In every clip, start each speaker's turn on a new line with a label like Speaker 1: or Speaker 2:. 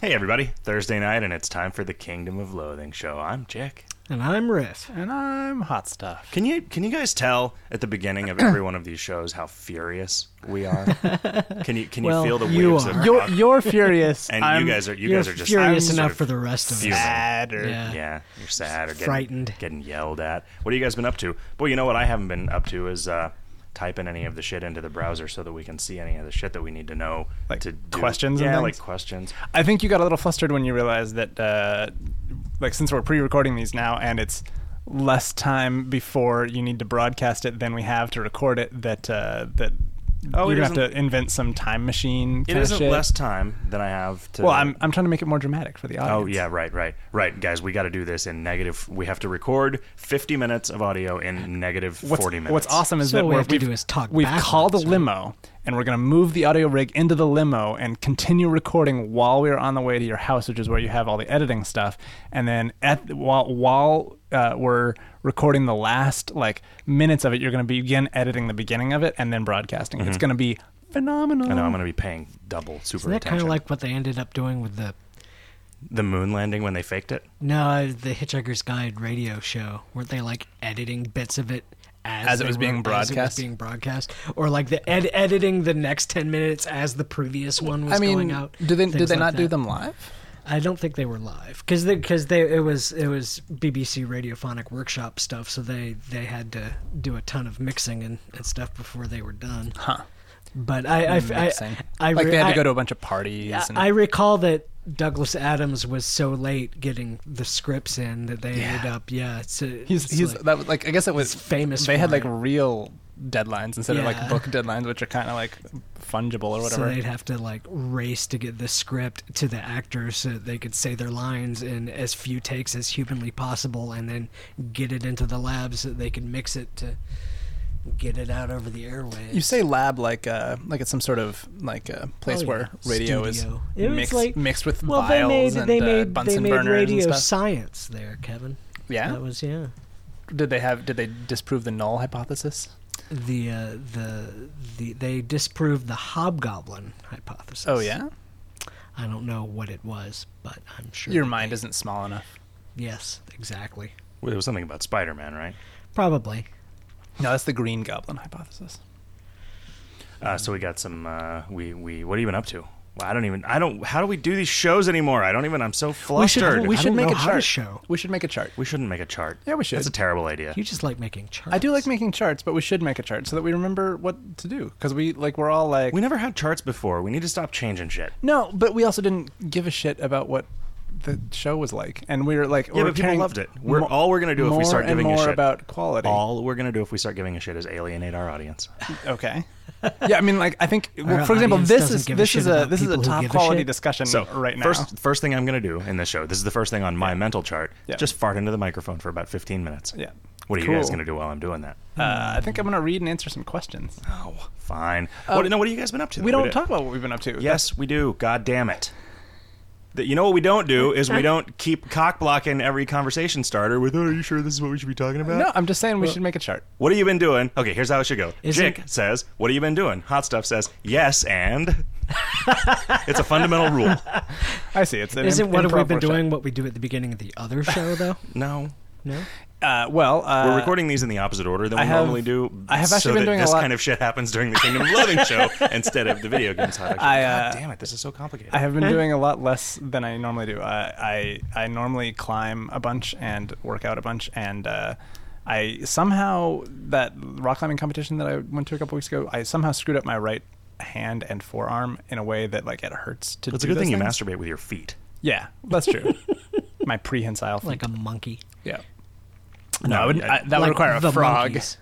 Speaker 1: Hey, everybody. Thursday night, and it's time for the Kingdom of Loathing show. I'm Jack.
Speaker 2: And I'm Riff.
Speaker 3: And I'm hot stuff.
Speaker 1: Can you can you guys tell at the beginning of every one of these shows how furious we are? Can you can you
Speaker 2: Well,
Speaker 1: feel the
Speaker 2: you
Speaker 1: waves
Speaker 2: are.
Speaker 1: of
Speaker 3: You're, you're furious.
Speaker 1: and
Speaker 3: I'm
Speaker 1: you guys are you
Speaker 2: You're
Speaker 1: guys are just
Speaker 2: furious
Speaker 1: I'm sort
Speaker 2: enough
Speaker 1: of
Speaker 2: for the rest of us.
Speaker 1: fuming.
Speaker 3: sad or
Speaker 2: Yeah.
Speaker 1: Yeah, you're sad or getting,
Speaker 2: frightened.
Speaker 1: getting yelled at. What have you guys been up to? Boy, you know what I haven't been up to is uh, typing any of the shit into the browser so that we can see any of the shit that we need to know.
Speaker 3: Like
Speaker 1: to do.
Speaker 3: questions and
Speaker 1: Yeah, like
Speaker 3: things?
Speaker 1: questions.
Speaker 3: I think you got a little flustered when you realized that, uh, like, since we're pre-recording these now, and it's less time before you need to broadcast it than we have to record it. That uh, that
Speaker 1: Oh,
Speaker 3: you're
Speaker 1: it
Speaker 3: gonna have to
Speaker 1: isn't-
Speaker 3: invent some time machine.
Speaker 1: It
Speaker 3: kinda
Speaker 1: isn't
Speaker 3: shit.
Speaker 1: less time than I have to.
Speaker 3: Well, I'm I'm trying to make it more dramatic for the
Speaker 1: Oh
Speaker 3: audience.
Speaker 1: yeah, right, right, right, guys. We got to do this in negative. We have to record 50 minutes of audio in negative
Speaker 3: What's,
Speaker 1: 40 minutes.
Speaker 3: what's awesome is
Speaker 2: So
Speaker 3: that
Speaker 2: what we
Speaker 3: we're-
Speaker 2: have to
Speaker 3: we've,
Speaker 2: do is talk
Speaker 3: we've called a
Speaker 2: backwards, right?
Speaker 3: limo and we're going to move the audio rig into the limo and continue recording while we're on the way to your house, which is where you have all the editing stuff. And then at while while uh, we're recording the last like minutes of it, you're going to begin editing the beginning of it and then broadcasting. It's going to be phenomenal.
Speaker 1: Mm-hmm. I know I'm going to be paying double super
Speaker 2: Isn't that kind
Speaker 1: attention.
Speaker 2: of like what they ended up doing with the
Speaker 1: the moon landing when they faked it?
Speaker 2: no uh, the Hitchhiker's Guide radio show? Weren't they like editing bits of it as,
Speaker 3: As it
Speaker 2: they
Speaker 3: was
Speaker 2: were-
Speaker 3: being
Speaker 2: as it was
Speaker 3: broadcast?
Speaker 2: being broadcast, or like the ed- editing the next ten minutes as the previous one was
Speaker 3: I mean,
Speaker 2: going out?
Speaker 3: do they do
Speaker 2: things
Speaker 3: they
Speaker 2: like
Speaker 3: not do
Speaker 2: that.
Speaker 3: them live?
Speaker 2: I don't think they were live because because they, it was it was BBC radiophonic workshop stuff, so they they had to do a ton of mixing and, and stuff before they were done.
Speaker 3: Huh?
Speaker 2: But I I
Speaker 3: Mixing.
Speaker 2: I, I
Speaker 3: Hmm, like they had
Speaker 2: I-
Speaker 3: to go to a bunch of parties.
Speaker 2: I,
Speaker 3: and,
Speaker 2: I recall that Douglas Adams was so late getting the scripts in that they ended up yeah. It's,
Speaker 3: He's
Speaker 2: it's
Speaker 3: he's
Speaker 2: like-
Speaker 3: that was like I guess it was
Speaker 2: he's famous
Speaker 3: They had
Speaker 2: for
Speaker 3: like
Speaker 2: it.
Speaker 3: real deadlines instead of
Speaker 2: Yeah.
Speaker 3: like book deadlines, which are kind of like fungible or
Speaker 2: so
Speaker 3: whatever.
Speaker 2: they'd have to like race to get the script to the actors so that they could say their lines in as few takes as humanly possible, and then get it into the lab so that they can mix it to get it out over the airwaves.
Speaker 3: you say lab like uh like it's some sort of like uh, place
Speaker 2: Oh,
Speaker 3: where
Speaker 2: yeah.
Speaker 3: radio
Speaker 2: Studio.
Speaker 3: is
Speaker 2: It was
Speaker 3: mixed,
Speaker 2: like-
Speaker 3: mixed with
Speaker 2: well, they made
Speaker 3: vials and
Speaker 2: they
Speaker 3: uh,
Speaker 2: made
Speaker 3: Bunsen
Speaker 2: they made
Speaker 3: burners
Speaker 2: radio
Speaker 3: and stuff.
Speaker 2: science there, Kevin.
Speaker 3: Yeah,
Speaker 2: that was yeah.
Speaker 3: did they have did they disprove the null hypothesis?
Speaker 2: the uh, the the they disproved the hobgoblin hypothesis.
Speaker 3: Oh yeah,
Speaker 2: I don't know what it was, but I'm sure
Speaker 3: your
Speaker 2: that
Speaker 3: mind
Speaker 2: they-
Speaker 3: isn't small enough.
Speaker 2: Yes, exactly.
Speaker 1: Well, There was something about Spider-Man, right?
Speaker 2: Probably.
Speaker 3: No, that's the Green Goblin hypothesis.
Speaker 2: Mm-hmm.
Speaker 1: Uh, so we got some. Uh, we we. What have you been up to? Well, I don't even. I don't. How do we do these shows anymore? I don't even. I'm so flustered.
Speaker 2: we
Speaker 1: I
Speaker 2: should
Speaker 1: don't
Speaker 2: make
Speaker 1: know
Speaker 2: a
Speaker 1: how-
Speaker 2: chart.
Speaker 3: We should make a chart.
Speaker 1: We shouldn't make a chart.
Speaker 3: Yeah, we should.
Speaker 1: That's a terrible idea.
Speaker 2: You just like making charts.
Speaker 3: I do like making charts, but we should make a chart so that we remember what to do because we like we're all like
Speaker 1: We never had charts before. We need to stop changing shit.
Speaker 3: No, but we also didn't give a shit about what the show was like, and we were like,
Speaker 1: Yeah,
Speaker 3: we're
Speaker 1: but people
Speaker 3: caring
Speaker 1: loved it. We're-
Speaker 3: mo-
Speaker 1: all we're gonna do if we
Speaker 3: more
Speaker 1: start
Speaker 3: and
Speaker 1: giving a
Speaker 3: more
Speaker 1: shit.
Speaker 3: about quality.
Speaker 1: All we're gonna do if we start giving a shit is alienate our audience.
Speaker 3: Okay. Yeah, I mean, like I think, well,
Speaker 2: Our
Speaker 3: for example,
Speaker 2: audience
Speaker 3: this
Speaker 2: doesn't
Speaker 3: is
Speaker 2: give a
Speaker 3: this
Speaker 2: shit
Speaker 3: is a
Speaker 2: about
Speaker 3: this is a
Speaker 2: people who
Speaker 3: top
Speaker 2: give a
Speaker 3: quality
Speaker 2: shit.
Speaker 3: discussion
Speaker 1: So
Speaker 3: right now.
Speaker 1: first first thing I'm gonna do in this show. This is the first thing on my mental chart.
Speaker 3: Yeah.
Speaker 1: Just fart into the microphone for about 15 minutes.
Speaker 3: Yeah.
Speaker 1: What are you guys
Speaker 3: Cool.
Speaker 1: gonna do while I'm doing that?
Speaker 3: uh, I think I'm gonna read and answer some questions.
Speaker 1: Oh, fine. what, no, what have you guys been up to?
Speaker 3: Um, We don't
Speaker 1: did-
Speaker 3: talk about what we've been up to.
Speaker 1: Yes, we do. God damn it. That you know what we don't do is we don't keep cock blocking every conversation starter with. "Oh, Are you sure this is what we should be talking about?
Speaker 3: No, I'm just saying we should make a chart.
Speaker 1: What have you been doing? Okay, here's how it should go.
Speaker 2: Isn't-
Speaker 1: Jick says, "What have you been doing?" Hot stuff says, "Yes," and it's a fundamental rule.
Speaker 3: I see. It's an
Speaker 2: Isn't
Speaker 3: imp-
Speaker 2: what have we
Speaker 3: improv
Speaker 2: been
Speaker 3: workshop.
Speaker 2: doing what we do at the beginning of the other show though?
Speaker 1: No,
Speaker 2: No.
Speaker 3: Uh, well, uh,
Speaker 1: we're recording these in the opposite order than we
Speaker 3: I have-
Speaker 1: normally do.
Speaker 3: I have
Speaker 1: so
Speaker 3: actually been
Speaker 1: that
Speaker 3: doing a
Speaker 1: this
Speaker 3: lot-
Speaker 1: kind of shit happens during the Kingdom of Loving show instead of the video games. Hot Action.
Speaker 3: I, uh,
Speaker 1: God damn it! This is so complicated.
Speaker 3: I have been doing a lot less than I normally do. I I, I normally climb a bunch and work out a bunch, and uh, I somehow that rock climbing competition that I went to a couple weeks ago, I somehow screwed up my right hand and forearm in a way that like it hurts to.
Speaker 1: it's a
Speaker 3: do
Speaker 1: good
Speaker 3: those
Speaker 1: thing you
Speaker 3: things.
Speaker 1: masturbate with your feet.
Speaker 3: Yeah, that's true. my prehensile. Feet.
Speaker 2: Like a monkey.
Speaker 3: yeah. No,
Speaker 1: No,
Speaker 3: I would,
Speaker 1: yeah.
Speaker 3: I, that
Speaker 2: Like
Speaker 3: would require
Speaker 2: the
Speaker 3: a frog.
Speaker 2: monkeys.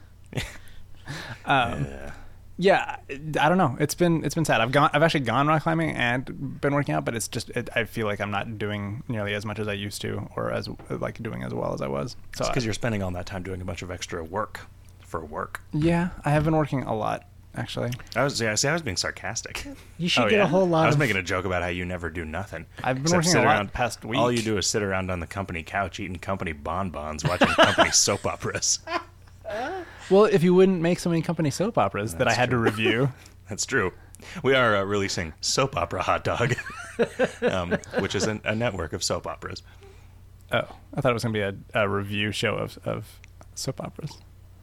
Speaker 1: Yeah.
Speaker 3: Yeah, I don't know. It's been it's been sad. I've gone. I've actually gone rock climbing and been working out, but it's just it, I feel like I'm not doing nearly as much as I used to, or as like doing as well as I was. So
Speaker 1: It's because
Speaker 3: I-
Speaker 1: you're spending all that time doing a bunch of extra work for work.
Speaker 3: yeah, I have been working a lot actually.
Speaker 1: I was yeah, see, I was being sarcastic.
Speaker 2: You should
Speaker 3: Oh,
Speaker 2: get
Speaker 3: yeah.
Speaker 2: a whole lot
Speaker 1: I was
Speaker 2: of
Speaker 1: making a joke about how you never do nothing.
Speaker 3: I've been
Speaker 1: Except
Speaker 3: working a
Speaker 1: sit
Speaker 3: lot
Speaker 1: around
Speaker 3: the past
Speaker 1: All
Speaker 3: week.
Speaker 1: you do is sit around on the company couch eating company bonbons, watching company soap operas.
Speaker 3: Well, if you wouldn't make so many company soap operas that I
Speaker 1: That's
Speaker 3: had
Speaker 1: true.
Speaker 3: to review,
Speaker 1: That's true. we are uh, releasing Soap Opera Hot Dog, um, which is an, a network of soap operas.
Speaker 3: Oh, I thought it was going to be a, a review show of, of soap operas.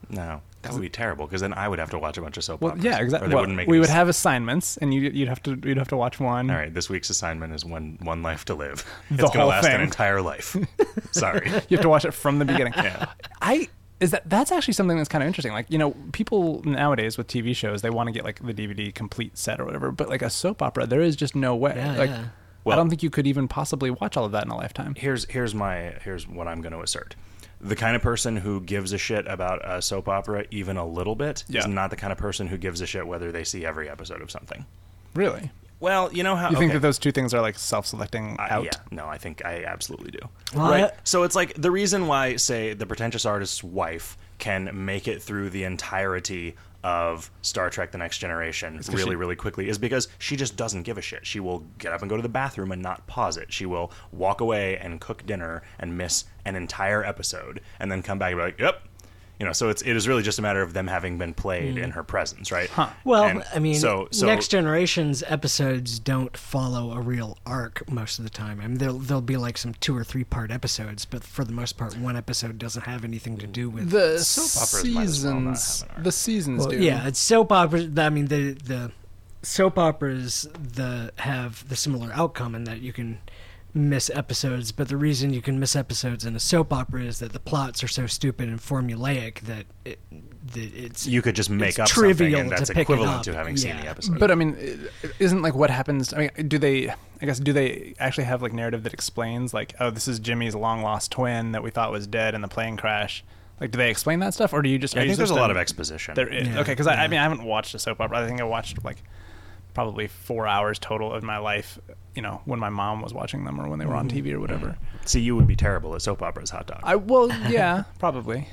Speaker 1: No, that would be terrible because then I would have to watch a bunch of soap
Speaker 3: Well,
Speaker 1: operas.
Speaker 3: yeah,
Speaker 1: Or
Speaker 3: exactly.
Speaker 1: they
Speaker 3: Well,
Speaker 1: wouldn't make
Speaker 3: we
Speaker 1: any
Speaker 3: would
Speaker 1: sense.
Speaker 3: have assignments, and you, you'd have to you'd have to watch one.
Speaker 1: All right, this week's assignment is one one life to live.
Speaker 3: The
Speaker 1: it's gonna
Speaker 3: whole
Speaker 1: last an
Speaker 3: thing.
Speaker 1: entire life. Sorry.
Speaker 3: You have to watch it from the beginning.
Speaker 1: Yeah.
Speaker 3: I is that that's actually something that's kind of interesting. Like you know, people nowadays with TV shows they want to get like the DVD complete set or whatever, but like a soap opera, there is just no way.
Speaker 2: Yeah,
Speaker 3: like,
Speaker 2: yeah.
Speaker 3: I
Speaker 1: Well-
Speaker 3: don't think you could even possibly watch all of that in a lifetime.
Speaker 1: Here's here's my here's what I'm going to assert. The kind of person who gives a shit about a soap opera even a little bit
Speaker 3: Yeah.
Speaker 1: is not the kind of person who gives a shit whether they see every episode of something.
Speaker 3: Really?
Speaker 1: Well, you know how
Speaker 3: You think
Speaker 1: okay.
Speaker 3: that those two things are like self-selecting
Speaker 1: I-
Speaker 3: out?
Speaker 1: Yeah, no, I think I absolutely do.
Speaker 2: Well,
Speaker 1: right.
Speaker 2: I-
Speaker 1: so it's like the reason why, say, the pretentious artist's wife can make it through the entirety of Star Trek: The Next Generation really,
Speaker 3: she-
Speaker 1: really quickly is because she just doesn't give a shit. She will get up and go to the bathroom and not pause it. She will walk away and cook dinner and miss an entire episode and then come back and be like, "Yep." You know, so it's it is really just a matter of them having been played in her presence, right?
Speaker 2: Hmm. Well,
Speaker 1: And
Speaker 2: I mean,
Speaker 1: so, so
Speaker 2: Next Generation's episodes don't follow a real arc most of the time. I mean, there'll, there'll be like some two or three part episodes, but for the most part, one episode doesn't have anything to do with
Speaker 3: The
Speaker 1: soap operas might as well not
Speaker 3: seasons,
Speaker 1: have an arc.
Speaker 3: the seasons do.
Speaker 2: Yeah, it's soap operas. I mean, the the soap operas the have the similar outcome in that you can miss episodes. But the reason you can miss episodes in a soap opera is that the plots are so stupid and formulaic that, it, that it's
Speaker 1: you could just make
Speaker 2: it's
Speaker 1: up something,
Speaker 2: trivial
Speaker 1: and
Speaker 2: to
Speaker 1: that's
Speaker 2: pick it
Speaker 1: equivalent
Speaker 2: up.
Speaker 1: to having seen
Speaker 2: Yeah.
Speaker 1: the episode.
Speaker 3: But I mean, i- isn't like what happens? I mean, do they? I guess do they actually have like narrative that explains like, oh, this is Jimmy's long lost twin that we thought was dead in the plane crash. Like, do they explain that stuff, or do you just?
Speaker 1: I
Speaker 3: are you
Speaker 1: think there's a
Speaker 3: just
Speaker 1: lot of
Speaker 3: done-
Speaker 1: exposition.
Speaker 3: There is
Speaker 2: Yeah,
Speaker 3: okay, because I, I mean, I haven't watched a soap opera. I think I watched like probably four hours total of my life. You know, when my mom was watching them or when they were
Speaker 2: Mm-hmm.
Speaker 3: on TV or whatever.
Speaker 1: See, you would be terrible at soap operas, hot dog.
Speaker 3: I well, yeah, probably.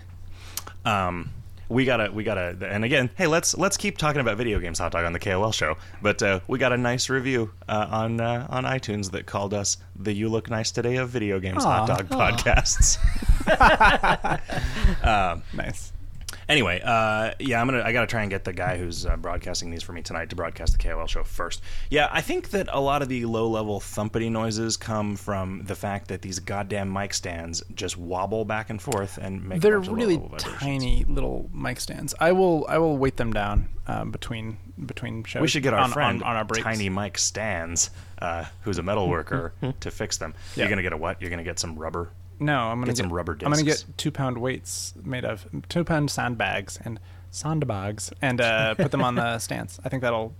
Speaker 1: um, we gotta, we gotta, and again, hey, let's let's keep talking about video games, hot dog, on the KOL show. But uh, we got a nice review uh, on uh, on iTunes that called us the "You Look Nice Today" of video games, hot
Speaker 3: Aw.
Speaker 1: dog podcasts.
Speaker 3: Nice.
Speaker 1: anyway, uh, yeah, I'm gonna. I gotta try and get the guy who's uh, broadcasting these for me tonight to broadcast the KOL show first. Yeah, I think that a lot of the low-level thumpity noises come from the fact that these goddamn mic stands just wobble back and forth and make. a
Speaker 3: They're
Speaker 1: bunch of
Speaker 3: really
Speaker 1: low-level vibrations.
Speaker 3: tiny little mic stands. I will I will weight them down um, between between shows.
Speaker 1: We should get our
Speaker 3: on,
Speaker 1: friend
Speaker 3: on, on our breaks.
Speaker 1: Tiny Mike Stans, uh, who's a metal worker, to fix them. You're
Speaker 3: Hmm. Yeah.
Speaker 1: gonna get a what? You're gonna get some rubber.
Speaker 3: No, I'm gonna
Speaker 1: Get some rubber
Speaker 3: I'm gonna
Speaker 1: discs.
Speaker 3: get two pound weights made of two pound sandbags and sandbags and uh, put them on the stands. I think that'll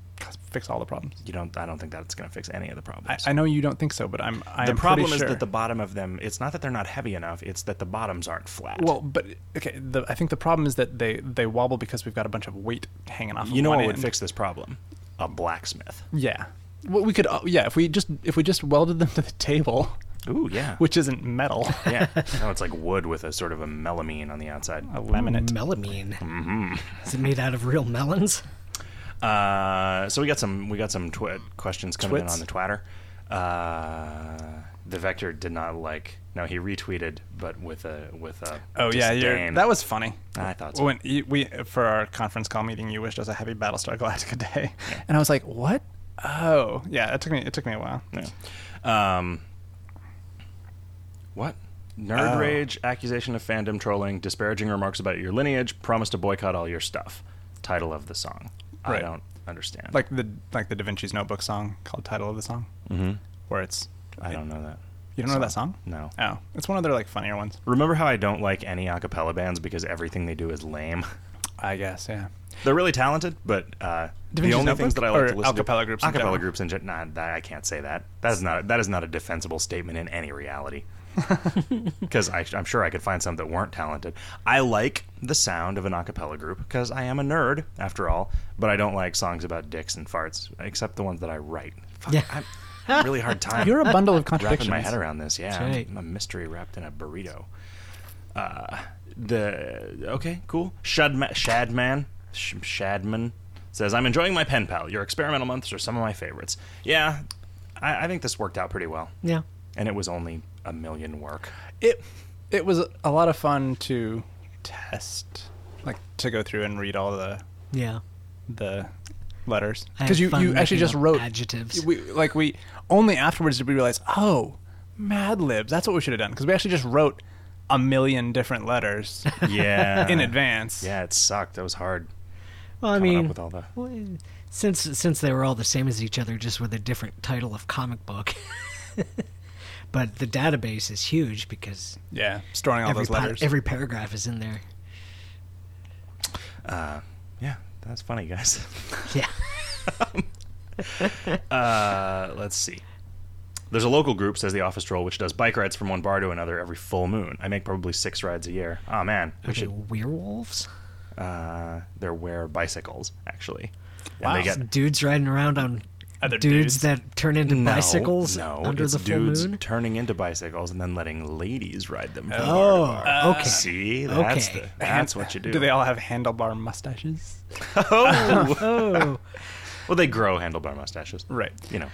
Speaker 3: fix all the problems.
Speaker 1: You don't. I don't think that's gonna fix any of the
Speaker 3: I,
Speaker 1: problems.
Speaker 3: I know you don't think so, but I'm. I
Speaker 1: the
Speaker 3: am pretty
Speaker 1: problem is
Speaker 3: sure.
Speaker 1: that the bottom of them. It's not that they're not heavy enough. It's that the bottoms aren't flat.
Speaker 3: well, but okay. The, I think the problem is that they they wobble because we've got a bunch of weight hanging off.
Speaker 1: you
Speaker 3: of
Speaker 1: know
Speaker 3: one
Speaker 1: what would
Speaker 3: end.
Speaker 1: fix this problem? A blacksmith.
Speaker 3: Yeah. Well, we could. Uh, yeah, if we just if we just welded them to the table,
Speaker 1: Ooh, yeah.
Speaker 3: which isn't metal,
Speaker 1: yeah. No, it's like wood with a sort of a melamine on the outside.
Speaker 3: a laminate.
Speaker 2: melamine. Mm-hmm. Is it made out of real melons?
Speaker 1: Uh, so we got some we got some twi- questions coming in
Speaker 3: Twits?
Speaker 1: on the twatter. Uh, the vector did not like. No, he retweeted, but with a with a.
Speaker 3: Oh yeah, yeah.
Speaker 1: disdain.
Speaker 3: That was funny.
Speaker 1: I thought so.
Speaker 3: When you, we for our conference call meeting, you wished us a happy Battlestar Galactica day, and I was like, "What? Oh, yeah." It took me. It took me a while.
Speaker 1: Yeah. Um, what? Nerd
Speaker 3: Oh.
Speaker 1: rage, accusation of fandom trolling, disparaging remarks about your lineage, promise to boycott all your stuff. Title of the song. I
Speaker 3: Right.
Speaker 1: don't understand.
Speaker 3: Like the like the Da Vinci's Notebook song called title of the song, mm-hmm. where it's
Speaker 1: I don't know that.
Speaker 3: you don't know that song?
Speaker 1: No.
Speaker 3: Oh, it's one of their like funnier ones.
Speaker 1: Remember how I don't like any a cappella bands because everything they do is lame.
Speaker 3: I guess. Yeah.
Speaker 1: They're really talented, but uh,
Speaker 3: Da
Speaker 1: the
Speaker 3: Vinci's
Speaker 1: only
Speaker 3: Notebook?
Speaker 1: things that I like
Speaker 3: Or
Speaker 1: to listen to
Speaker 3: acapella groups in
Speaker 1: acapella
Speaker 3: general?
Speaker 1: groups in gen- nah, that, I can't say that. That is not that is not a defensible statement in any reality. Because I'm sure I could find some that weren't talented. I like the sound of an acapella group because I am a nerd after all. But I don't like songs about dicks and farts, except the ones that I write. Fuck,
Speaker 2: Yeah.
Speaker 1: I'm I'm really hard time
Speaker 3: You're a bundle of
Speaker 1: wrapping
Speaker 3: contradictions.
Speaker 1: my head around this. Yeah,
Speaker 2: right.
Speaker 1: I'm a mystery wrapped in a burrito. Uh, the okay, cool. Shadma, Shadman, Sh- Shadman says, "I'm enjoying my pen pal. Your experimental months are some of my favorites." Yeah, I, I think this worked out pretty well,
Speaker 2: Yeah.
Speaker 1: and it was only a million work.
Speaker 3: It it was a lot of fun to test, like to go through and read all the
Speaker 2: Yeah.
Speaker 3: the letters
Speaker 2: I had
Speaker 3: because you,
Speaker 2: fun
Speaker 3: you actually
Speaker 2: making
Speaker 3: just
Speaker 2: up
Speaker 3: wrote
Speaker 2: adjectives.
Speaker 3: We, like we only afterwards did we realize oh, Mad Libs. That's what we should have done because we actually just wrote a million different letters
Speaker 1: Yeah.
Speaker 3: in advance.
Speaker 1: Uh, Yeah, it sucked. That was hard.
Speaker 2: Well, I
Speaker 1: coming
Speaker 2: mean,
Speaker 1: up with all the.
Speaker 2: well, since since they were all the same as each other, just with a different title of comic book. but the database is huge because
Speaker 3: Yeah, storing all
Speaker 2: every
Speaker 3: those
Speaker 2: pa-
Speaker 3: letters.
Speaker 2: every paragraph is in there.
Speaker 1: Uh, yeah, that's funny, guys.
Speaker 2: Yeah.
Speaker 1: Uh, let's see. There's a local group, says the office troll, which does bike rides from one bar to another every full moon. I make probably six rides a year. Oh man,
Speaker 2: Are
Speaker 1: we
Speaker 2: they
Speaker 1: should.
Speaker 2: werewolves?
Speaker 1: Uh, they're wear bicycles actually,
Speaker 3: Wow.
Speaker 1: and they get
Speaker 2: Dudes riding around on
Speaker 3: Other
Speaker 2: dudes,
Speaker 3: dudes?
Speaker 2: that turn into
Speaker 1: No,
Speaker 2: bicycles
Speaker 1: No,
Speaker 2: under
Speaker 1: it's
Speaker 2: the full
Speaker 1: dudes
Speaker 2: moon.
Speaker 1: turning into bicycles and then letting ladies ride them. From
Speaker 2: Oh,
Speaker 1: bar to bar.
Speaker 2: okay.
Speaker 1: See, that's
Speaker 2: Okay.
Speaker 1: the, that's what you do.
Speaker 3: Do they all have handlebar mustaches?
Speaker 1: oh,
Speaker 2: Oh,
Speaker 1: well, they grow handlebar mustaches,
Speaker 3: Right.
Speaker 1: You know,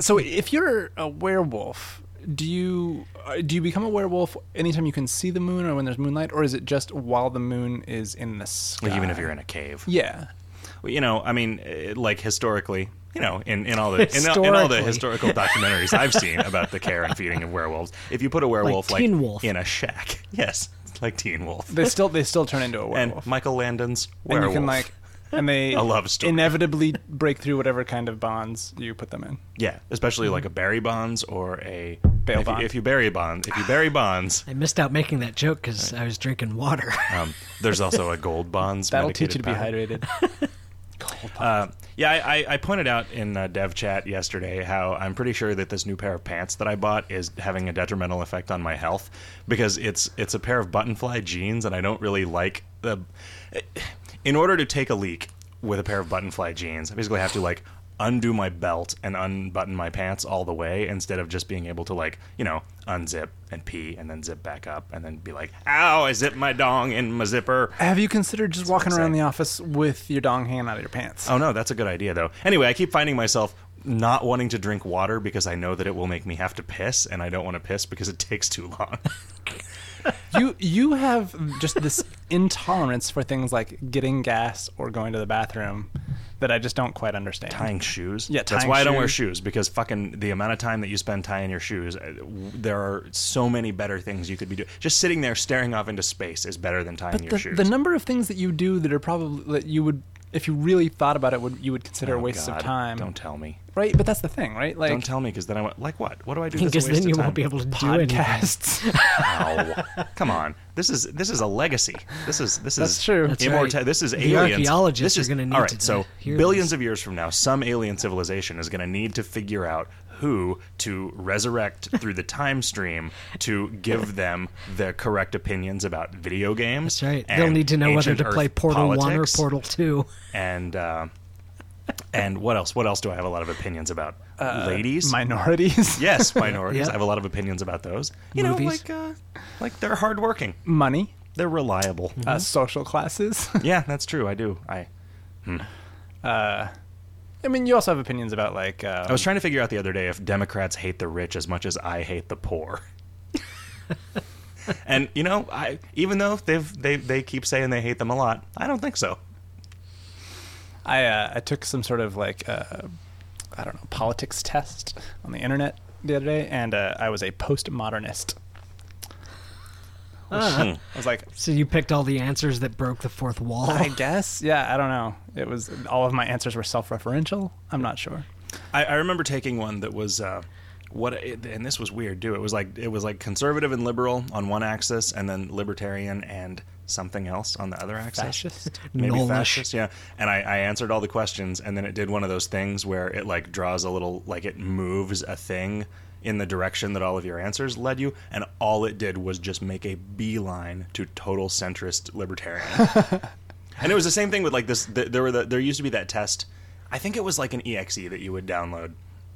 Speaker 3: So if you're a werewolf, do you uh, do you become a werewolf anytime you can see the moon or when there's moonlight, or is it just while the moon is in the sky?
Speaker 1: like even if you're in a cave.
Speaker 3: yeah,
Speaker 1: Well, you know, I mean, eh, like historically, you know, in, in all the in, all- in all the historical
Speaker 2: Historically.
Speaker 1: documentaries I've seen about the care and feeding of werewolves, if you put a werewolf like,
Speaker 2: Teen Wolf.
Speaker 1: in a shack, yes, it's like Teen Wolf,
Speaker 3: they still they still turn into a
Speaker 1: and
Speaker 3: werewolf,
Speaker 1: Michael Landon's
Speaker 3: And
Speaker 1: werewolf.
Speaker 3: you can like and they
Speaker 1: A love story.
Speaker 3: inevitably break through whatever kind of bonds you put them in.
Speaker 1: yeah, especially like a Barry Bonds or a
Speaker 3: Mm. Bail
Speaker 1: if,
Speaker 3: bond.
Speaker 1: You, if you bury Bonds, if you bury Bonds,
Speaker 2: I missed out making that joke because I was drinking water.
Speaker 1: um, there's also a Gold Bonds.
Speaker 3: That'll
Speaker 1: medicated
Speaker 3: teach you to be
Speaker 1: powder.
Speaker 3: hydrated.
Speaker 1: Uh, yeah, I, I, I pointed out in uh, dev chat yesterday how I'm pretty sure that this new pair of pants that I bought is having a detrimental effect on my health because it's it's a pair of button fly jeans and I don't really like the. In order to take a leak with a pair of button fly jeans, I basically have to like undo my belt and unbutton my pants all the way instead of just being able to like you know unzip and pee and then zip back up and then be like ow I zip my dong in my zipper
Speaker 3: Have you considered just
Speaker 1: what
Speaker 3: walking
Speaker 1: I'm
Speaker 3: around the
Speaker 1: saying.
Speaker 3: office with your dong hanging out of your pants?
Speaker 1: Oh no, that's a good idea though. Anyway, I keep finding myself not wanting to drink water because I know that it will make me have to piss, and I don't want to piss because it takes too long.
Speaker 3: you you have just this intolerance for things like getting gas or going to the bathroom that I just don't quite understand.
Speaker 1: tying shoes.
Speaker 3: Yeah,
Speaker 1: that's
Speaker 3: tying
Speaker 1: why I don't wear
Speaker 3: shoes.
Speaker 1: shoes because fucking the amount of time that you spend tying your shoes, uh, w- there are so many better things you could be doing. Just sitting there staring off into space is better than tying your
Speaker 3: the,
Speaker 1: shoes.
Speaker 3: the number of things that you do that are probably that you would if you really thought about it would you would consider
Speaker 1: Oh,
Speaker 3: wastes
Speaker 1: God,
Speaker 3: of time
Speaker 1: Don't tell me.
Speaker 3: right but that's the thing right like
Speaker 1: Don't tell me because then I went like what? What do I do? that's a
Speaker 2: Because
Speaker 1: waste
Speaker 2: then
Speaker 1: of
Speaker 2: you
Speaker 1: time?
Speaker 2: won't be able to do anything.
Speaker 3: podcasts
Speaker 1: Ow. Come on. This is this is a legacy. This is this is
Speaker 3: That's true. That's
Speaker 1: immorta-
Speaker 2: right.
Speaker 1: This is
Speaker 2: The
Speaker 1: aliens.
Speaker 2: archaeologists
Speaker 1: this is
Speaker 2: are gonna need
Speaker 1: all right.
Speaker 2: to
Speaker 1: so
Speaker 2: hear
Speaker 1: billions
Speaker 2: this.
Speaker 1: of years from now, some alien civilization is going to need to figure out who to resurrect through the time stream to give them the correct opinions about video games.
Speaker 2: That's right.
Speaker 1: and
Speaker 2: They'll need to know whether
Speaker 1: ancient
Speaker 2: to play
Speaker 1: Earth
Speaker 2: Portal One or
Speaker 1: politics
Speaker 2: Portal Two.
Speaker 1: And uh, and what else? What else do I have a lot of opinions about? Ladies,
Speaker 3: minorities
Speaker 1: yes, minorities.
Speaker 2: Yeah.
Speaker 1: I have a lot of opinions about those. You know,
Speaker 2: Movies.
Speaker 1: like uh, like they're hardworking.
Speaker 3: money
Speaker 1: They're reliable.
Speaker 2: Mm-hmm.
Speaker 3: uh, social classes
Speaker 1: yeah, that's true. I do. I
Speaker 3: I mean you also have opinions about like uh,
Speaker 1: I was trying to figure out the other day if Democrats hate the rich as much as I hate the poor. and you know, I even though they've they they keep saying they hate them a lot, I don't think so.
Speaker 3: I uh, I took some sort of like uh, I don't know politics test on the internet the other day, and uh, I was a postmodernist.
Speaker 1: Hmm.
Speaker 3: I was like,
Speaker 2: So you picked all the answers that broke the fourth wall.
Speaker 3: I
Speaker 1: Oh.
Speaker 3: guess, yeah, I don't know. It was all of my answers were self-referential. I'm not sure.
Speaker 1: I, I remember taking one that was uh, what, it, and this was weird too. It was like it was like conservative and liberal on one axis, and then libertarian and something else on the other axis.
Speaker 3: Fascist?
Speaker 1: maybe
Speaker 2: Nullish.
Speaker 1: fascist, yeah. And I, I answered all the questions, and then it did one of those things where it like draws a little, like it moves a thing in the direction that all of your answers led you, and all it did was just make a beeline to total centrist libertarian. And it was the same thing with like this. Th- there were the, there used to be that test. I think it was like an exe that you would download.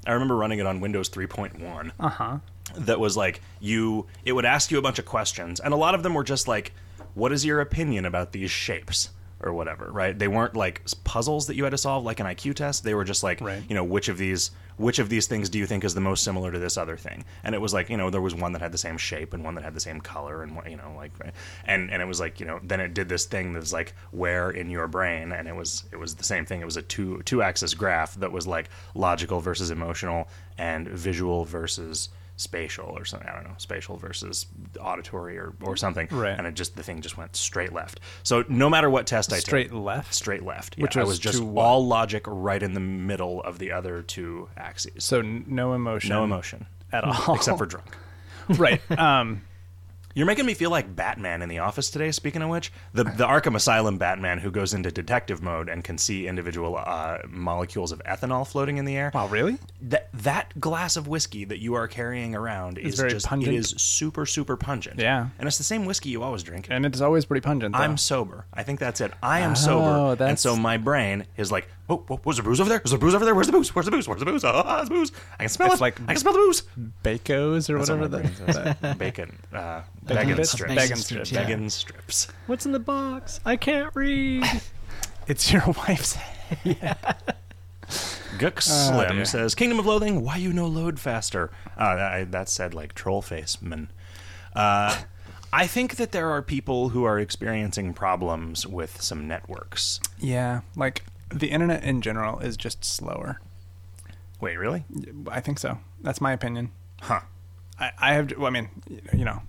Speaker 1: I remember running it on Windows 3.1. Uh
Speaker 3: Uh-huh.
Speaker 1: huh. That was like you. It would ask you a bunch of questions, and a lot of them were just like, "What is your opinion about these shapes?" or whatever, right? They weren't like s- puzzles that you had to solve like an IQ test. They were just like,
Speaker 3: Right.
Speaker 1: you know, which of these which of these things do you think is the most similar to this other thing? And it was like, you know, there was one that had the same shape and one that had the same color and one, you know, like and and it was like, you know, then it did this thing that's like where in your brain and it was it was the same thing. It was a two two axis graph that was like logical versus emotional and visual versus spatial or something. I don't know, spatial versus auditory or, or something.
Speaker 3: Right.
Speaker 1: And it just the thing just went straight left. So no matter what test I
Speaker 3: Straight
Speaker 1: took,
Speaker 3: left?
Speaker 1: straight left. Yeah,
Speaker 3: Which
Speaker 1: I
Speaker 3: was
Speaker 1: was just
Speaker 3: to what?
Speaker 1: all logic right in the middle of the other two axes.
Speaker 3: So n- no emotion.
Speaker 1: no emotion
Speaker 3: at all.
Speaker 1: except for drunk.
Speaker 3: right. Um,
Speaker 1: You're making me feel like Batman in the office today. Speaking of which, the the Arkham Asylum Batman who goes into detective mode and can see individual uh, molecules of ethanol floating in the air.
Speaker 3: wow, really?
Speaker 1: that that glass of whiskey that you are carrying around is
Speaker 3: very
Speaker 1: just
Speaker 3: pungent.
Speaker 1: it is super super pungent.
Speaker 3: Yeah.
Speaker 1: and it's the same whiskey you always drink.
Speaker 3: And it's always pretty pungent. Though.
Speaker 1: I'm sober. I think that's it. I am sober, and
Speaker 3: that's-
Speaker 1: so my brain is like, "Oh, whoa, was there booze over there? Was there booze over there? Where's the booze? Where's the booze? Where's the booze? Ah, ah, it's booze! I can smell
Speaker 3: It's
Speaker 1: it.
Speaker 3: like-
Speaker 1: I can smell the booze."
Speaker 3: Bacos or
Speaker 1: That's
Speaker 3: whatever
Speaker 1: what my brain
Speaker 3: that.
Speaker 1: says. bacon, uh, bacon,
Speaker 3: bits?
Speaker 1: strips,
Speaker 2: Bacon
Speaker 1: bacon
Speaker 2: strips,
Speaker 1: strips,
Speaker 2: yeah.
Speaker 1: bacon strips.
Speaker 2: What's in the box? I can't read.
Speaker 3: It's your wife's head.
Speaker 1: Gook Slim
Speaker 3: dear.
Speaker 1: says, "Kingdom of Loathing, why you no load faster?" Uh, I, that said, like troll face man. Uh, I think that there are people who are experiencing problems with some networks.
Speaker 3: Yeah, like the internet in general is just slower.
Speaker 1: Wait, really?
Speaker 3: I think so. That's my opinion.
Speaker 1: Huh?
Speaker 3: I, I have. Well, I mean, you know,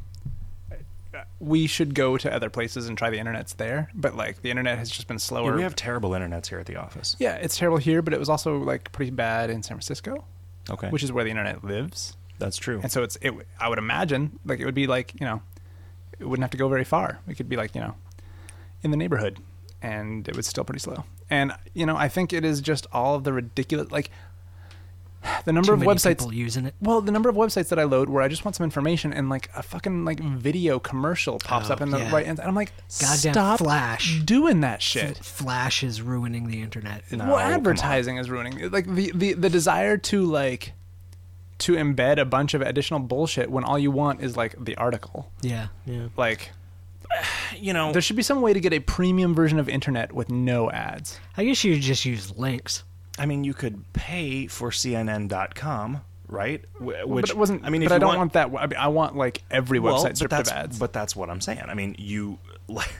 Speaker 3: we should go to other places and try the internet's there. But like, the internet has just been slower.
Speaker 1: Yeah, we have terrible internets here at the office.
Speaker 3: Yeah, it's terrible here, but it was also like pretty bad in San Francisco,
Speaker 1: Okay,
Speaker 3: which is where the internet lives.
Speaker 1: that's true.
Speaker 3: And so it's. It, I would imagine like it would be like you know, it wouldn't have to go very far. It could be like you know, in the neighborhood, and it was still pretty slow. And you know, I think it is just all of the ridiculous like. The number
Speaker 2: Too
Speaker 3: of
Speaker 2: many
Speaker 3: websites
Speaker 2: people using it.
Speaker 3: Well, the number of websites that I load where I just want some information and like a fucking like video commercial pops
Speaker 2: Oh,
Speaker 3: up in the
Speaker 2: yeah.
Speaker 3: right end, and I'm like,
Speaker 2: Goddamn
Speaker 3: stop
Speaker 2: Flash.
Speaker 3: doing that shit.
Speaker 2: Flash is ruining the internet.
Speaker 1: No,
Speaker 3: well,
Speaker 1: come on.
Speaker 3: advertising is ruining like the, the the desire to like to embed a bunch of additional bullshit when all you want is like the article.
Speaker 2: Yeah, yeah.
Speaker 3: Like
Speaker 1: You know,
Speaker 3: there should be some way to get a premium version of internet with no ads.
Speaker 2: I guess you just use links.
Speaker 1: I mean, you could pay for CNN.com, right? Wh- Which
Speaker 3: but it wasn't.
Speaker 1: I mean, if
Speaker 3: but I
Speaker 1: you
Speaker 3: don't want, that. I, mean, I want like every
Speaker 1: well,
Speaker 3: website
Speaker 1: but
Speaker 3: stripped of
Speaker 1: that's
Speaker 3: ads.
Speaker 1: but that's what I'm saying. I mean, you like,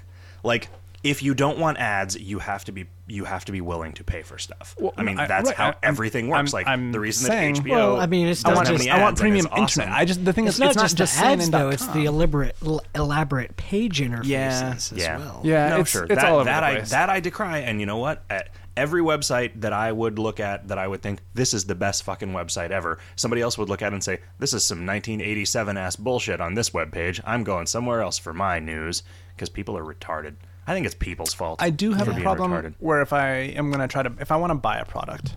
Speaker 1: like if you don't want ads, you have to be you have to be willing to pay for stuff.
Speaker 3: Well,
Speaker 1: I mean,
Speaker 3: I-
Speaker 1: that's
Speaker 3: right,
Speaker 1: how
Speaker 3: I'm-
Speaker 1: everything works.
Speaker 3: I'm-
Speaker 1: like
Speaker 3: I'm
Speaker 1: the reason
Speaker 3: saying-
Speaker 1: that HBO.
Speaker 2: Well, I mean, it's
Speaker 1: doesn't
Speaker 2: not
Speaker 3: I
Speaker 1: have
Speaker 3: want,
Speaker 1: any
Speaker 2: just-
Speaker 3: I
Speaker 1: ads
Speaker 3: want
Speaker 1: and it's
Speaker 3: premium internet.
Speaker 1: awesome.
Speaker 3: I just the thing
Speaker 2: It's,
Speaker 3: is,
Speaker 2: not
Speaker 3: it's not
Speaker 2: just,
Speaker 3: just
Speaker 2: the ads though;
Speaker 3: CNN.com.
Speaker 2: it's the elaborate, l- elaborate page interfaces
Speaker 3: Yeah.
Speaker 2: as
Speaker 1: yeah.
Speaker 2: well.
Speaker 3: Yeah,
Speaker 1: no,
Speaker 3: it's-
Speaker 1: sure.
Speaker 3: it's
Speaker 1: that,
Speaker 3: all over
Speaker 1: that
Speaker 3: the
Speaker 1: I
Speaker 3: place.
Speaker 1: that I decry, and you know what? At every website that I would look at that I would think this is the best fucking website ever, somebody else would look at it and say this is some 1987 ass bullshit on this webpage. I'm going somewhere else for my news because people are retarded. I think it's people's fault.
Speaker 3: I do have
Speaker 1: for
Speaker 3: a
Speaker 1: being
Speaker 3: problem
Speaker 1: retarded.
Speaker 3: where if I am going to try to if I want to buy a product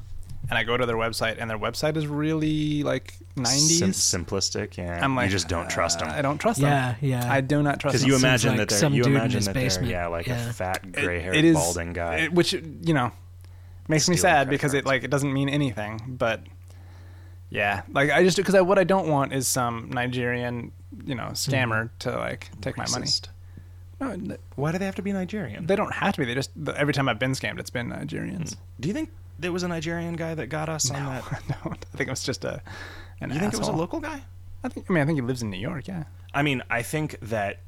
Speaker 3: and I go to their website and their website is really like 90s
Speaker 1: Sim- simplistic. Yeah,
Speaker 3: I'm like uh,
Speaker 1: you just don't trust them.
Speaker 3: I don't trust
Speaker 2: Yeah,
Speaker 3: them.
Speaker 2: yeah.
Speaker 3: I do not trust
Speaker 1: because
Speaker 3: them.
Speaker 1: you
Speaker 2: Seems
Speaker 1: imagine
Speaker 2: like
Speaker 1: that they're
Speaker 2: some
Speaker 1: you
Speaker 2: dude in
Speaker 1: imagine
Speaker 2: his
Speaker 1: that
Speaker 2: basement.
Speaker 1: they're yeah like
Speaker 2: Yeah.
Speaker 1: a fat
Speaker 3: It-
Speaker 1: gray
Speaker 3: it
Speaker 1: haired
Speaker 3: is-
Speaker 1: balding guy.
Speaker 3: it- which you know makes me
Speaker 1: Stealing
Speaker 3: sad
Speaker 1: credit
Speaker 3: because it
Speaker 1: cards.
Speaker 3: like it doesn't mean anything, but yeah, like I just because I, what I don't want is some Nigerian, you know, scammer
Speaker 2: Mm-hmm.
Speaker 3: to like take
Speaker 1: Racist.
Speaker 3: my money. No,
Speaker 1: Why do they have to be Nigerian?
Speaker 3: they don't have to be. They just every time I've been scammed, it's been Nigerians.
Speaker 1: do you think there was a Nigerian guy that got us on that?
Speaker 3: no, I think it was just a. An
Speaker 1: You think it was a
Speaker 3: asshole.
Speaker 1: local guy?
Speaker 3: I think. I mean, I think he lives in New York. Yeah.
Speaker 1: I mean, I think that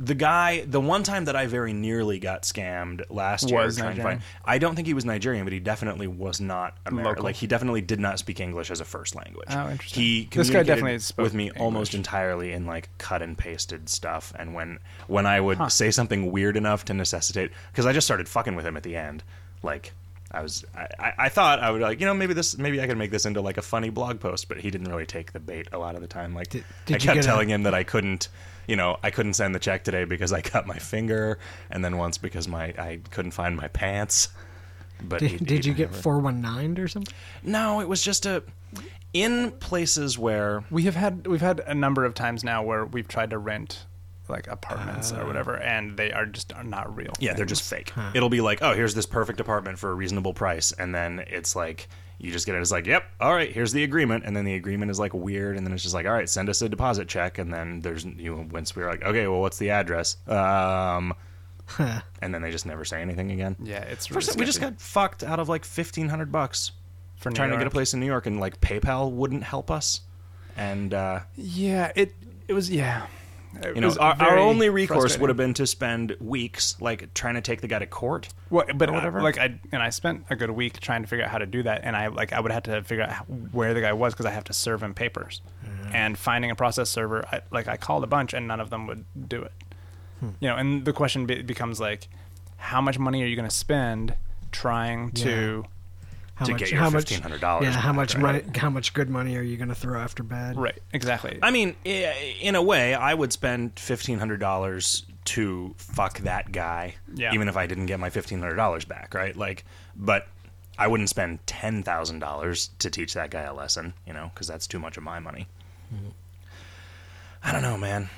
Speaker 1: the guy, the one time that I very nearly got scammed last year,
Speaker 3: Was
Speaker 1: trying to
Speaker 3: Nigerian.
Speaker 1: find- I don't think he was Nigerian, but he definitely was not American.
Speaker 3: Local.
Speaker 1: Like he definitely did not speak English as a first language.
Speaker 3: Oh, interesting.
Speaker 1: He
Speaker 3: This guy
Speaker 1: communicated
Speaker 3: definitely spoke
Speaker 1: with me almost
Speaker 3: English.
Speaker 1: entirely in like cut and pasted stuff. And when when I would say something weird enough to necessitate, because I just started fucking with him at the end, like. I was I, I- I thought I would like you know maybe this maybe I could make this into like a funny blog post but he didn't really take the bait a lot of the time like
Speaker 2: Did-
Speaker 1: I
Speaker 2: did you
Speaker 1: kept
Speaker 2: get a-
Speaker 1: telling him that I couldn't, you know, I couldn't send the check today because I cut my finger, and then once because my I couldn't find my pants. But he-
Speaker 2: Did,
Speaker 1: he
Speaker 2: did you get
Speaker 1: never-
Speaker 2: four one nine or something?
Speaker 1: No, it was just a in places where
Speaker 3: We have had we've had a number of times now where we've tried to rent like apartments or whatever, and they are just are not real.
Speaker 1: yeah they're just fake. It'll be like oh here's this perfect apartment for a reasonable price, and then it's like. You just get it. It's like, yep, all right. Here's the agreement, and then the agreement is like weird, and then it's just like, all right, send us a deposit check, and then there's you. Know, once we were like, okay, well, what's the address? Um, and then they just never say anything again.
Speaker 3: Yeah, it's
Speaker 1: First,
Speaker 3: really
Speaker 1: we just
Speaker 3: sketchy.
Speaker 1: got fucked out of like fifteen hundred bucks
Speaker 3: For New
Speaker 1: trying to get a
Speaker 3: York.
Speaker 1: place in New York, and like PayPal wouldn't help us. And uh,
Speaker 3: Yeah, it it was yeah. It
Speaker 1: you know,
Speaker 3: was
Speaker 1: our, our
Speaker 3: very
Speaker 1: only recourse
Speaker 3: frustrating.
Speaker 1: would have been to spend weeks like trying to take the guy to court.
Speaker 3: What, but
Speaker 1: or whatever.
Speaker 3: whatever. like I and I spent a good week trying to figure out how to do that, and I like I would have to figure out how- where the guy was because I have to serve him papers, and finding a process server. I, like I called a bunch, and none of them would do it. You know, and the question be- becomes like, how much money are you going to spend trying to?
Speaker 2: How
Speaker 1: To
Speaker 2: much,
Speaker 1: get your
Speaker 2: how much,
Speaker 1: $1,500
Speaker 2: Yeah, how
Speaker 1: back,
Speaker 2: much
Speaker 1: right?
Speaker 2: money? How much good money are you going to throw after bad?
Speaker 3: Right, exactly.
Speaker 1: I mean, i- in a way, I would spend fifteen hundred dollars to fuck that guy,
Speaker 3: Yeah.
Speaker 1: even if I didn't get my fifteen hundred dollars back, right? Like, but I wouldn't spend ten thousand dollars to teach that guy a lesson, you know, because that's too much of my money. I don't know, man.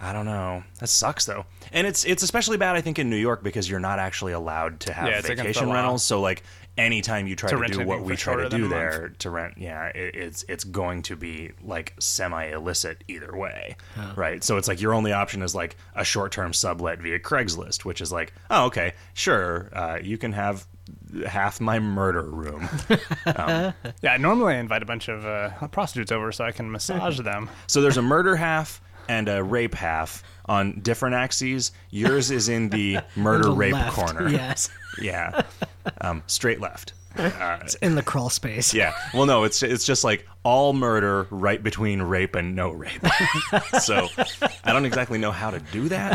Speaker 1: I don't know. That sucks though, and it's it's especially bad, I think, in New York because you're not actually allowed to have
Speaker 3: Yeah, it's against the
Speaker 1: vacation
Speaker 3: law.
Speaker 1: rentals. So like, anytime you try
Speaker 3: To
Speaker 1: to,
Speaker 3: rent
Speaker 1: do what
Speaker 3: anything
Speaker 1: we
Speaker 3: for
Speaker 1: try to
Speaker 3: shorter than
Speaker 1: do
Speaker 3: a month.
Speaker 1: there, to rent yeah it, it's it's going to be like semi illicit either way right so it's like your only option is like a short term sublet via craigslist which is like oh okay sure uh, you can have half my murder room
Speaker 3: yeah, normally I invite a bunch of uh, prostitutes over so I can massage them.
Speaker 1: so there's a murder half and a rape half on different axes yours is in the murder
Speaker 2: The
Speaker 1: rape
Speaker 2: left,
Speaker 1: corner
Speaker 2: Yes,
Speaker 1: yeah um, straight left uh,
Speaker 2: in the crawl space.
Speaker 1: Yeah. Well, no, it's it's just like all murder right between rape and no rape. so I don't exactly know how to do that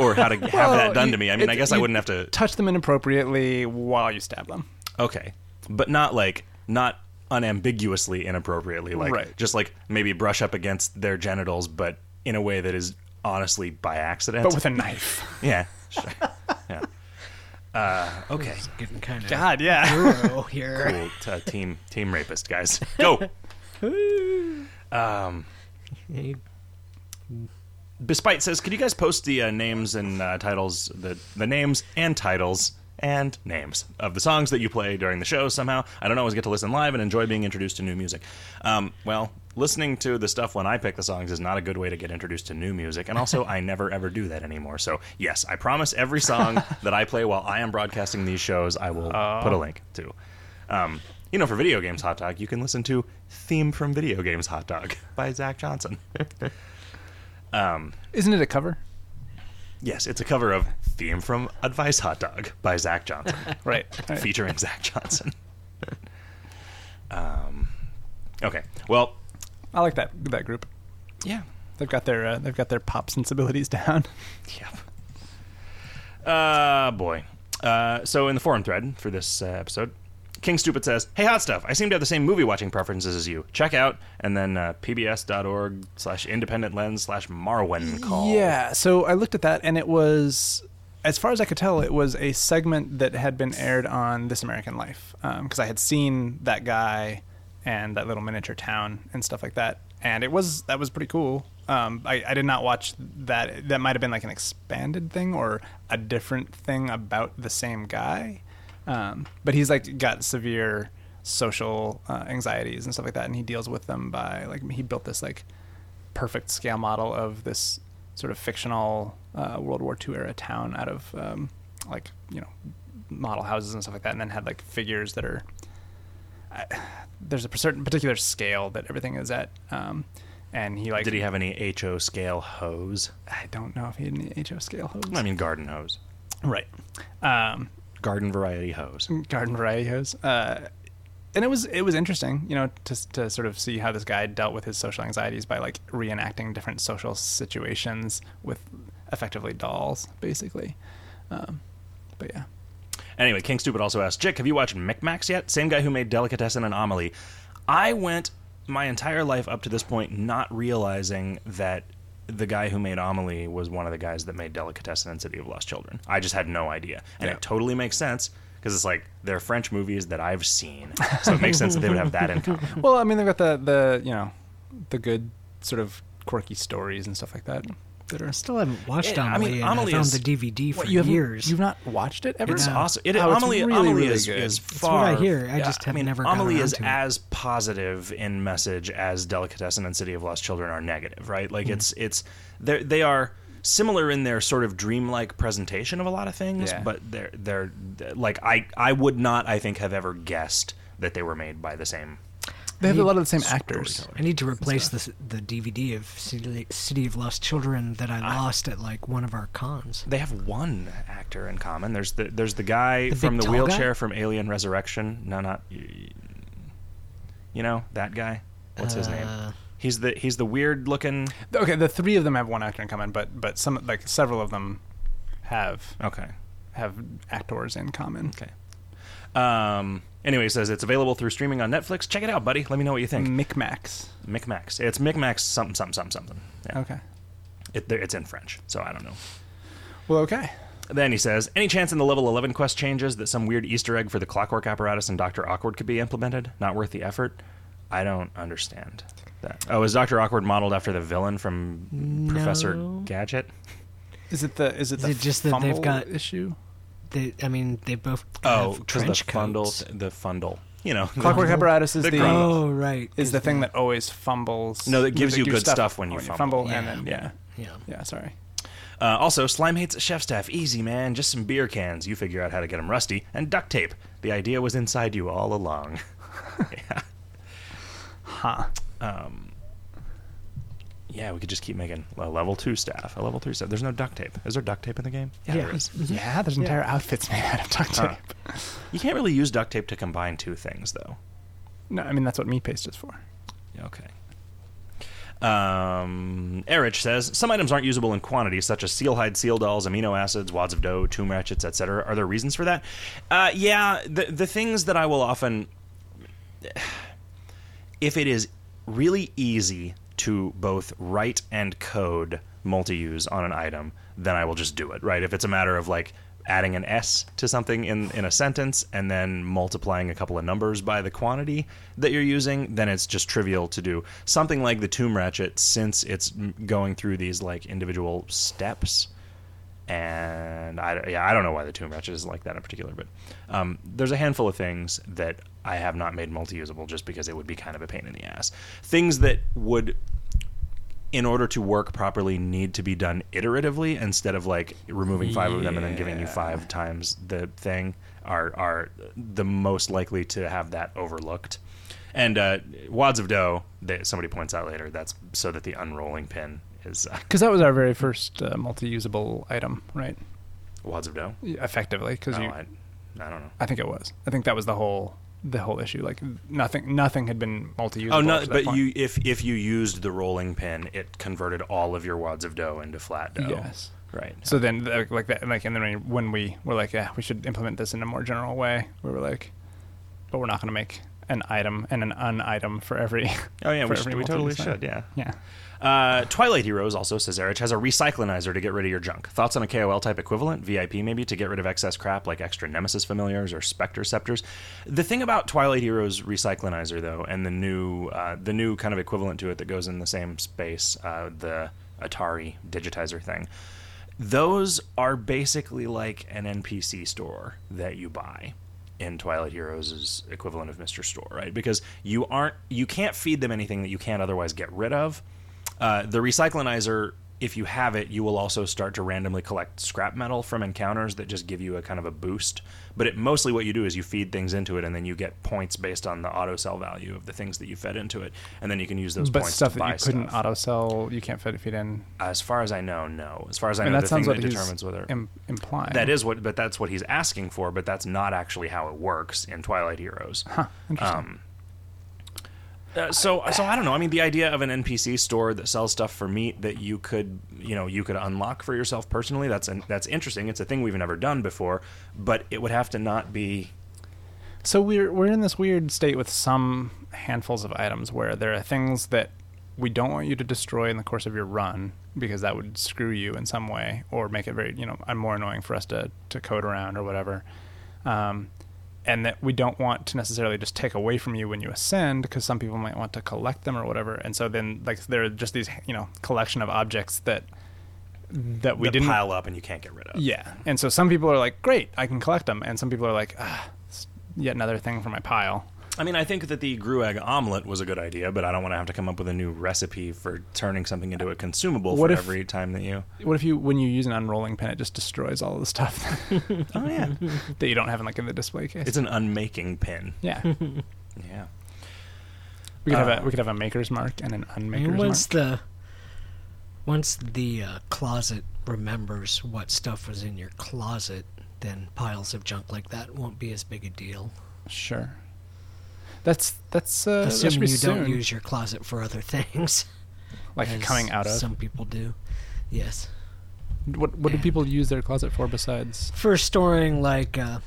Speaker 1: or how to have that done to me. I mean, I
Speaker 3: it-
Speaker 1: guess I
Speaker 3: you-
Speaker 1: wouldn't have to.
Speaker 3: Touch them inappropriately while you stab them.
Speaker 1: Okay, but not like not unambiguously inappropriately. Like
Speaker 3: Right.
Speaker 1: just like maybe brush up against their genitals, but in a way that is honestly by accident.
Speaker 3: but with a knife.
Speaker 1: yeah. Sure. yeah. Uh, okay.
Speaker 2: Getting kind of
Speaker 3: God, yeah.
Speaker 2: thorough here.
Speaker 1: Cool. Uh, team team rapist guys. Go. um.
Speaker 2: You
Speaker 1: Bespite says, "Could you guys post the uh, names and uh, titles, the the names and titles and names of the songs that you play during the show? Somehow, I don't always get to listen live and enjoy being introduced to new music. Um, well, listening to the stuff when I pick the songs is not a good way to get introduced to new music, and also I never ever do that anymore. So, yes, I promise every song that I play while I am broadcasting these shows, I will put a link to. Um, you know, for video games hot dog, you can listen to "Theme from Video Games Hot Dog" by Zach Johnson.
Speaker 3: Isn't it a cover?
Speaker 1: Yes, it's a cover of Theme from Advice Hot Dog by Zach Johnson,
Speaker 3: Right.
Speaker 1: featuring Zach Johnson. um, okay, well,
Speaker 3: I like that that group.
Speaker 1: yeah,
Speaker 3: They've got their uh, they've got their pop sensibilities down.
Speaker 1: Yep. Uh, boy. Uh, so in the forum thread for this uh, episode, King Stupid says, "Hey, hot stuff. I seem to have the same movie watching preferences as you. Check out and then uh, pbs.org slash independent lens slash Marwen call.
Speaker 3: Yeah. So I looked at that, and it was, as far as I could tell, it was a segment that had been aired on This American Life because I had seen that guy and that little miniature town and stuff like that, and it was that was pretty cool. Um, I, I did not watch that. That might have been like an expanded thing or a different thing about the same guy. um, but he's like got severe social uh, anxieties and stuff like that and he deals with them by like he built this like perfect scale model of this sort of fictional uh, world war ii era town out of um, like you know model houses and stuff like that and then had like figures that are I there's a certain particular scale that everything is at um, and he like
Speaker 1: Did he have any HO scale hose?
Speaker 3: i don't know if he had any ho scale hose
Speaker 1: I mean, garden hose,
Speaker 3: right um,
Speaker 1: garden variety hose.
Speaker 3: garden variety hose. Uh, and it was it was interesting, you know, to to sort of see how this guy dealt with his social anxieties by like reenacting different social situations with effectively dolls, basically. Um, but yeah,
Speaker 1: Anyway, King Stupid also asked, Jick, have you watched Micmacs yet? Same guy who made Delicatessen and Amelie. I went my entire life up to this point not realizing that the guy who made Amelie was one of the guys that made Delicatessen and City of Lost Children. I just had no idea. And
Speaker 3: Yeah.
Speaker 1: it totally makes sense because it's like they're French movies that I've seen. So it makes sense that they would have that in common.
Speaker 3: well, I mean, they've got the the you know the good sort of quirky stories and stuff like that. That are
Speaker 2: still haven't watched
Speaker 1: Yeah, I mean,
Speaker 2: Amelie. I
Speaker 1: Amelie
Speaker 2: and I found
Speaker 1: is-
Speaker 2: the DVD for
Speaker 3: you haven't-
Speaker 2: years.
Speaker 3: You've not watched it ever?
Speaker 1: It's
Speaker 2: No.
Speaker 1: awesome. It,
Speaker 3: Oh, it's
Speaker 1: Amelie,
Speaker 3: really,
Speaker 1: Amelie
Speaker 3: really
Speaker 1: is,
Speaker 3: good.
Speaker 1: is
Speaker 3: It's
Speaker 2: what
Speaker 1: far.
Speaker 2: I hear. I just have
Speaker 1: mean,
Speaker 2: never gotten
Speaker 1: Amelie
Speaker 2: around
Speaker 1: is
Speaker 2: to it.
Speaker 1: as positive in
Speaker 2: Hmm.
Speaker 1: message as Delicatessen and City of Lost Children are negative, right? Like it's it's they're- they are similar in their sort of dreamlike presentation of a lot of things,
Speaker 3: Yeah.
Speaker 1: but they're they're like I I would not I think have ever guessed that they were made by the same.
Speaker 3: They have a
Speaker 2: Need
Speaker 3: lot of the same actors.
Speaker 2: I need to replace the the DVD of City, City of Lost Children that I lost at like one of our cons.
Speaker 1: They have one actor in common. There's the there's the guy
Speaker 2: The big
Speaker 1: from the
Speaker 2: tall guy?
Speaker 1: wheelchair from Alien Resurrection. No, not you know that guy. What's his name?
Speaker 2: Uh,
Speaker 1: He's the he's the weird looking.
Speaker 3: Okay, the three of them have one actor in common, but but some like several of them have
Speaker 1: Okay.
Speaker 3: have actors in common.
Speaker 1: Okay. Um. Anyway, it says it's available through streaming on Netflix. Check it out, buddy. Let me know what you
Speaker 2: Mm.
Speaker 1: think.
Speaker 3: Micmacs.
Speaker 1: Micmacs. It's Micmacs something something something something. Yeah.
Speaker 3: Okay.
Speaker 1: It, there- it's in French, so I don't know.
Speaker 3: Well, okay.
Speaker 1: Then he says, "Any chance in the level 11 quest changes that some weird Easter egg for the clockwork apparatus and Doctor Awkward could be implemented? Not worth the effort. I don't understand that. Oh, is Doctor Awkward modeled after the villain from Professor
Speaker 2: No.
Speaker 1: Gadget?
Speaker 3: Is it the is it
Speaker 2: Is
Speaker 3: the
Speaker 2: it just that they've
Speaker 3: fumble
Speaker 2: got-
Speaker 3: issue?
Speaker 2: they, I mean, they both
Speaker 1: Oh,
Speaker 2: have
Speaker 1: 'cause
Speaker 2: trench
Speaker 1: the fundle,
Speaker 2: coats.
Speaker 1: the fundle. You know, the-
Speaker 3: Clockwork Apparatus is
Speaker 1: The
Speaker 3: the,
Speaker 1: grundle.
Speaker 2: Oh, right.
Speaker 3: is the thing that always fumbles.
Speaker 1: No, that gives you
Speaker 3: gives
Speaker 1: good stuff when you fumble.
Speaker 3: and then yeah,
Speaker 2: Yeah.
Speaker 3: yeah. Sorry.
Speaker 1: Uh, also, slime hates chef staff. Easy, man. Just some beer cans. You figure out how to get them rusty. And duct tape. The idea was inside you all along. yeah.
Speaker 3: Huh.
Speaker 1: yeah, we could just keep making a level two staff, a level three staff. There's no duct tape. Is there duct tape in the game?
Speaker 2: Yeah.
Speaker 1: there is.
Speaker 3: Mm-hmm. Yeah, there's entire outfits made out of duct tape.
Speaker 1: Huh. You can't really use duct tape to combine two things, though.
Speaker 3: No, I mean that's what meat paste is for.
Speaker 1: Okay. Um, Erich says some items aren't usable in quantity, such as seal hide, seal dolls, amino acids, wads of dough, tomb ratchets, etc. Are there reasons for that? Uh, yeah, the the things that I will often, if it is really easy to both write and code multi-use on an item, then I will just do it. Right? If it's a matter of like adding an s to something in in a sentence and then multiplying a couple of numbers by the quantity that you're using, then it's just trivial to do. Something like the Tomb Ratchet, since it's mm, going through these like individual steps and I, yeah, I don't know why the Tomb Ratchet is like that in particular, but um, there's a handful of things that I have not made multi-usable just because it would be kind of a pain in the ass. Things that would, in order to work properly, need to be done iteratively instead of like removing five of them and then giving you
Speaker 3: Yeah.
Speaker 1: five times the thing are are the most likely to have that overlooked. And uh, wads of dough that somebody points out later. That's so that the unrolling pin is uh,
Speaker 3: Because that was our very first uh, multi-usable item, right?
Speaker 1: wads of dough.
Speaker 3: Effectively, because
Speaker 1: Oh,
Speaker 3: you,
Speaker 1: I, I don't know.
Speaker 3: I think it was. I think that was the whole the whole issue. Like nothing nothing had been multi-usable.
Speaker 1: Oh no!
Speaker 3: up to that
Speaker 1: But
Speaker 3: point.
Speaker 1: you, if if you used the rolling pin, it converted all of your wads of dough into flat dough.
Speaker 3: yes.
Speaker 1: Right.
Speaker 3: So then, the- like that, like, and then when we were like, yeah, we should implement this in a more general way. We were like, but we're not going to make an item and an un-item for every.
Speaker 1: oh yeah,
Speaker 3: for
Speaker 1: we, should,
Speaker 3: every
Speaker 1: we totally
Speaker 3: multi-use
Speaker 1: should.
Speaker 3: item.
Speaker 1: Yeah.
Speaker 3: Yeah.
Speaker 1: Uh, Twilight Heroes also says Erich has a recyclinizer to get rid of your junk. Thoughts on a KOL type equivalent, VIP maybe, to get rid of excess crap like extra Nemesis familiars or Spectre scepters. The thing about Twilight Heroes recyclinizer though, and the new uh, the new kind of equivalent to it that goes in the same space, uh, the Atari digitizer thing. those are basically like an NPC store that you buy in Twilight Heroes' equivalent of Mr. Store, right? Because you aren't you can't feed them anything that you can't otherwise get rid of. Uh, the recyclinizer, if you have it, you will also start to randomly collect scrap metal from encounters that just give you a kind of a boost. But it mostly what you do is you feed things into it, and then you get points based on the auto sell value of the things that you fed into it, and then you can use those
Speaker 3: But
Speaker 1: points
Speaker 3: stuff
Speaker 1: to
Speaker 3: that
Speaker 1: buy
Speaker 3: you couldn't
Speaker 1: stuff.
Speaker 3: auto sell, you can't fit feed in.
Speaker 1: As far as I know, no. As far as I
Speaker 3: I
Speaker 1: know,
Speaker 3: mean, that
Speaker 1: the thing
Speaker 3: sounds
Speaker 1: that
Speaker 3: what he's
Speaker 1: determines whether
Speaker 3: im- implying.
Speaker 1: that is what, but that's what he's asking for. But that's not actually how it works in Twilight Heroes. Um,
Speaker 3: Huh, interesting.
Speaker 1: Uh, so, so I don't know. I mean, the idea of an NPC store that sells stuff for meat that you could, you know, you could unlock for yourself personally. That's an, that's interesting. It's a thing we've never done before, but it would have to not be.
Speaker 3: So we're we're in this weird state with some handfuls of items where there are things that we don't want you to destroy in the course of your run because that would screw you in some way or make it very you know uh, more annoying for us to to code around or whatever. Um, and that we don't want to necessarily just take away from you when you ascend because some people might want to collect them or whatever. And so then like there are just these you know collection of objects that that we
Speaker 1: that
Speaker 3: didn't
Speaker 1: pile up and you can't get rid of.
Speaker 3: yeah, and so some people are like, "Great, I can collect them," and some people are like, "Ah, it's yet another thing for my pile."
Speaker 1: I mean, I think that the Gruag omelet was a good idea, but I don't want to have to come up with a new recipe for turning something into a consumable
Speaker 3: What
Speaker 1: for
Speaker 3: if-
Speaker 1: every time that you.
Speaker 3: What if you, when you use an unrolling pin, it just destroys all of the stuff
Speaker 1: Oh yeah,
Speaker 3: that you don't have in like in the display case?
Speaker 1: it's an unmaking pin.
Speaker 3: yeah, we
Speaker 1: Yeah.
Speaker 3: could have
Speaker 1: Uh,
Speaker 3: a we could have a maker's mark and an
Speaker 2: And
Speaker 3: unmaker's mark.
Speaker 2: once the once the uh, closet remembers what stuff was in your closet, then piles of junk like that won't be as big a deal.
Speaker 3: Sure. That's that's uh, that should
Speaker 2: Assuming
Speaker 3: be
Speaker 2: you
Speaker 3: soon.
Speaker 2: don't use your closet for other things,
Speaker 3: like
Speaker 2: as
Speaker 3: coming out of.
Speaker 2: Some people do. Yes,
Speaker 3: what what do
Speaker 2: Yeah.
Speaker 3: people use their closet for besides?
Speaker 2: for storing like uh,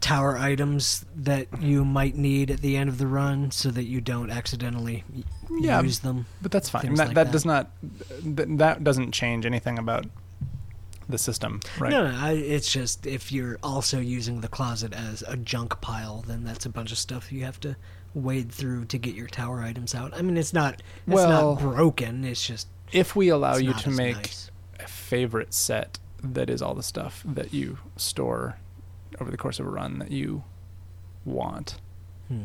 Speaker 2: tower items that
Speaker 3: Mm-hmm.
Speaker 2: you might need at the end of the run, so that you don't accidentally y-
Speaker 3: Yeah,
Speaker 2: use them.
Speaker 3: But that's fine.
Speaker 2: Things
Speaker 3: That,
Speaker 2: like
Speaker 3: that
Speaker 2: that.
Speaker 3: does not th- that doesn't change anything about the system, right?
Speaker 2: No, no, I, it's just if you're also using the closet as a junk pile, then that's a bunch of stuff you have to wade through to get your tower items out. I mean, it's not it's
Speaker 3: Well-
Speaker 2: not broken. It's just
Speaker 3: If we allow
Speaker 2: it's
Speaker 3: you
Speaker 2: not
Speaker 3: to
Speaker 2: as
Speaker 3: make
Speaker 2: nice.
Speaker 3: a favorite set that is all the stuff that you store over the course of a run that you want,
Speaker 2: Hmm.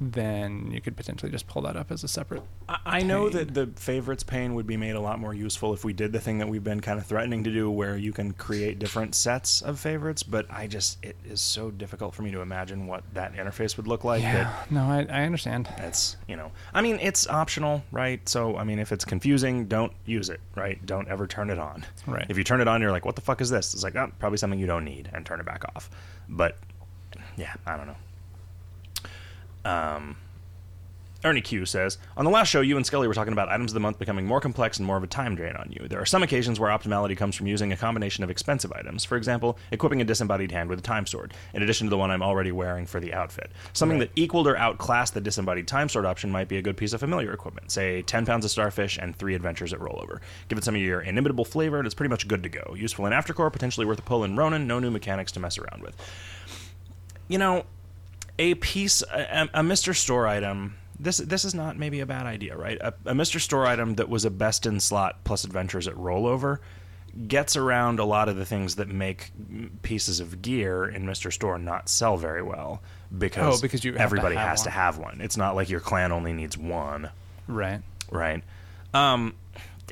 Speaker 3: then you could potentially just pull that up as a separate.
Speaker 1: I, I know
Speaker 3: Pain.
Speaker 1: that the favorites pane would be made a lot more useful if we did the thing that we've been kind of threatening to do, where you can create different sets of favorites. But I just it is so difficult for me to imagine what that interface would look like. That
Speaker 3: yeah. No, I, I understand.
Speaker 1: That's you know, I mean, it's optional, right? So I mean, if it's confusing, don't use it, right? Don't ever turn it on.
Speaker 3: Right.
Speaker 1: If you turn it on, you're like, what the fuck is this? It's like, oh, probably something you don't need, and turn it back off. But yeah, I don't know. Um. Ernie Q says, On the last show, you and Scully were talking about items of the month becoming more complex and more of a time drain on you. There are some occasions where optimality comes from using a combination of expensive items. For example, equipping a disembodied hand with a time sword, in addition to the one I'm already wearing for the outfit. Something that equaled or outclassed the disembodied time sword option might be a good piece of familiar equipment. Say, 10 pounds of starfish and 3 adventures at rollover. Give it some of your inimitable flavor, and it's pretty much good to go. Useful in Aftercore, potentially worth a pull in Ronin, no new mechanics to mess around with you know, a piece, a, a Mr. Store item. This this is not maybe a bad idea, right? A, a Mr. Store item that was a best in slot plus adventures at rollover gets around a lot of the things that make pieces of gear in Mr. Store not sell very well because,
Speaker 3: Oh, because you have to
Speaker 1: everybody
Speaker 3: have
Speaker 1: has to
Speaker 3: one.
Speaker 1: have one. It's not like your clan only needs one
Speaker 3: Right.
Speaker 1: right? Um,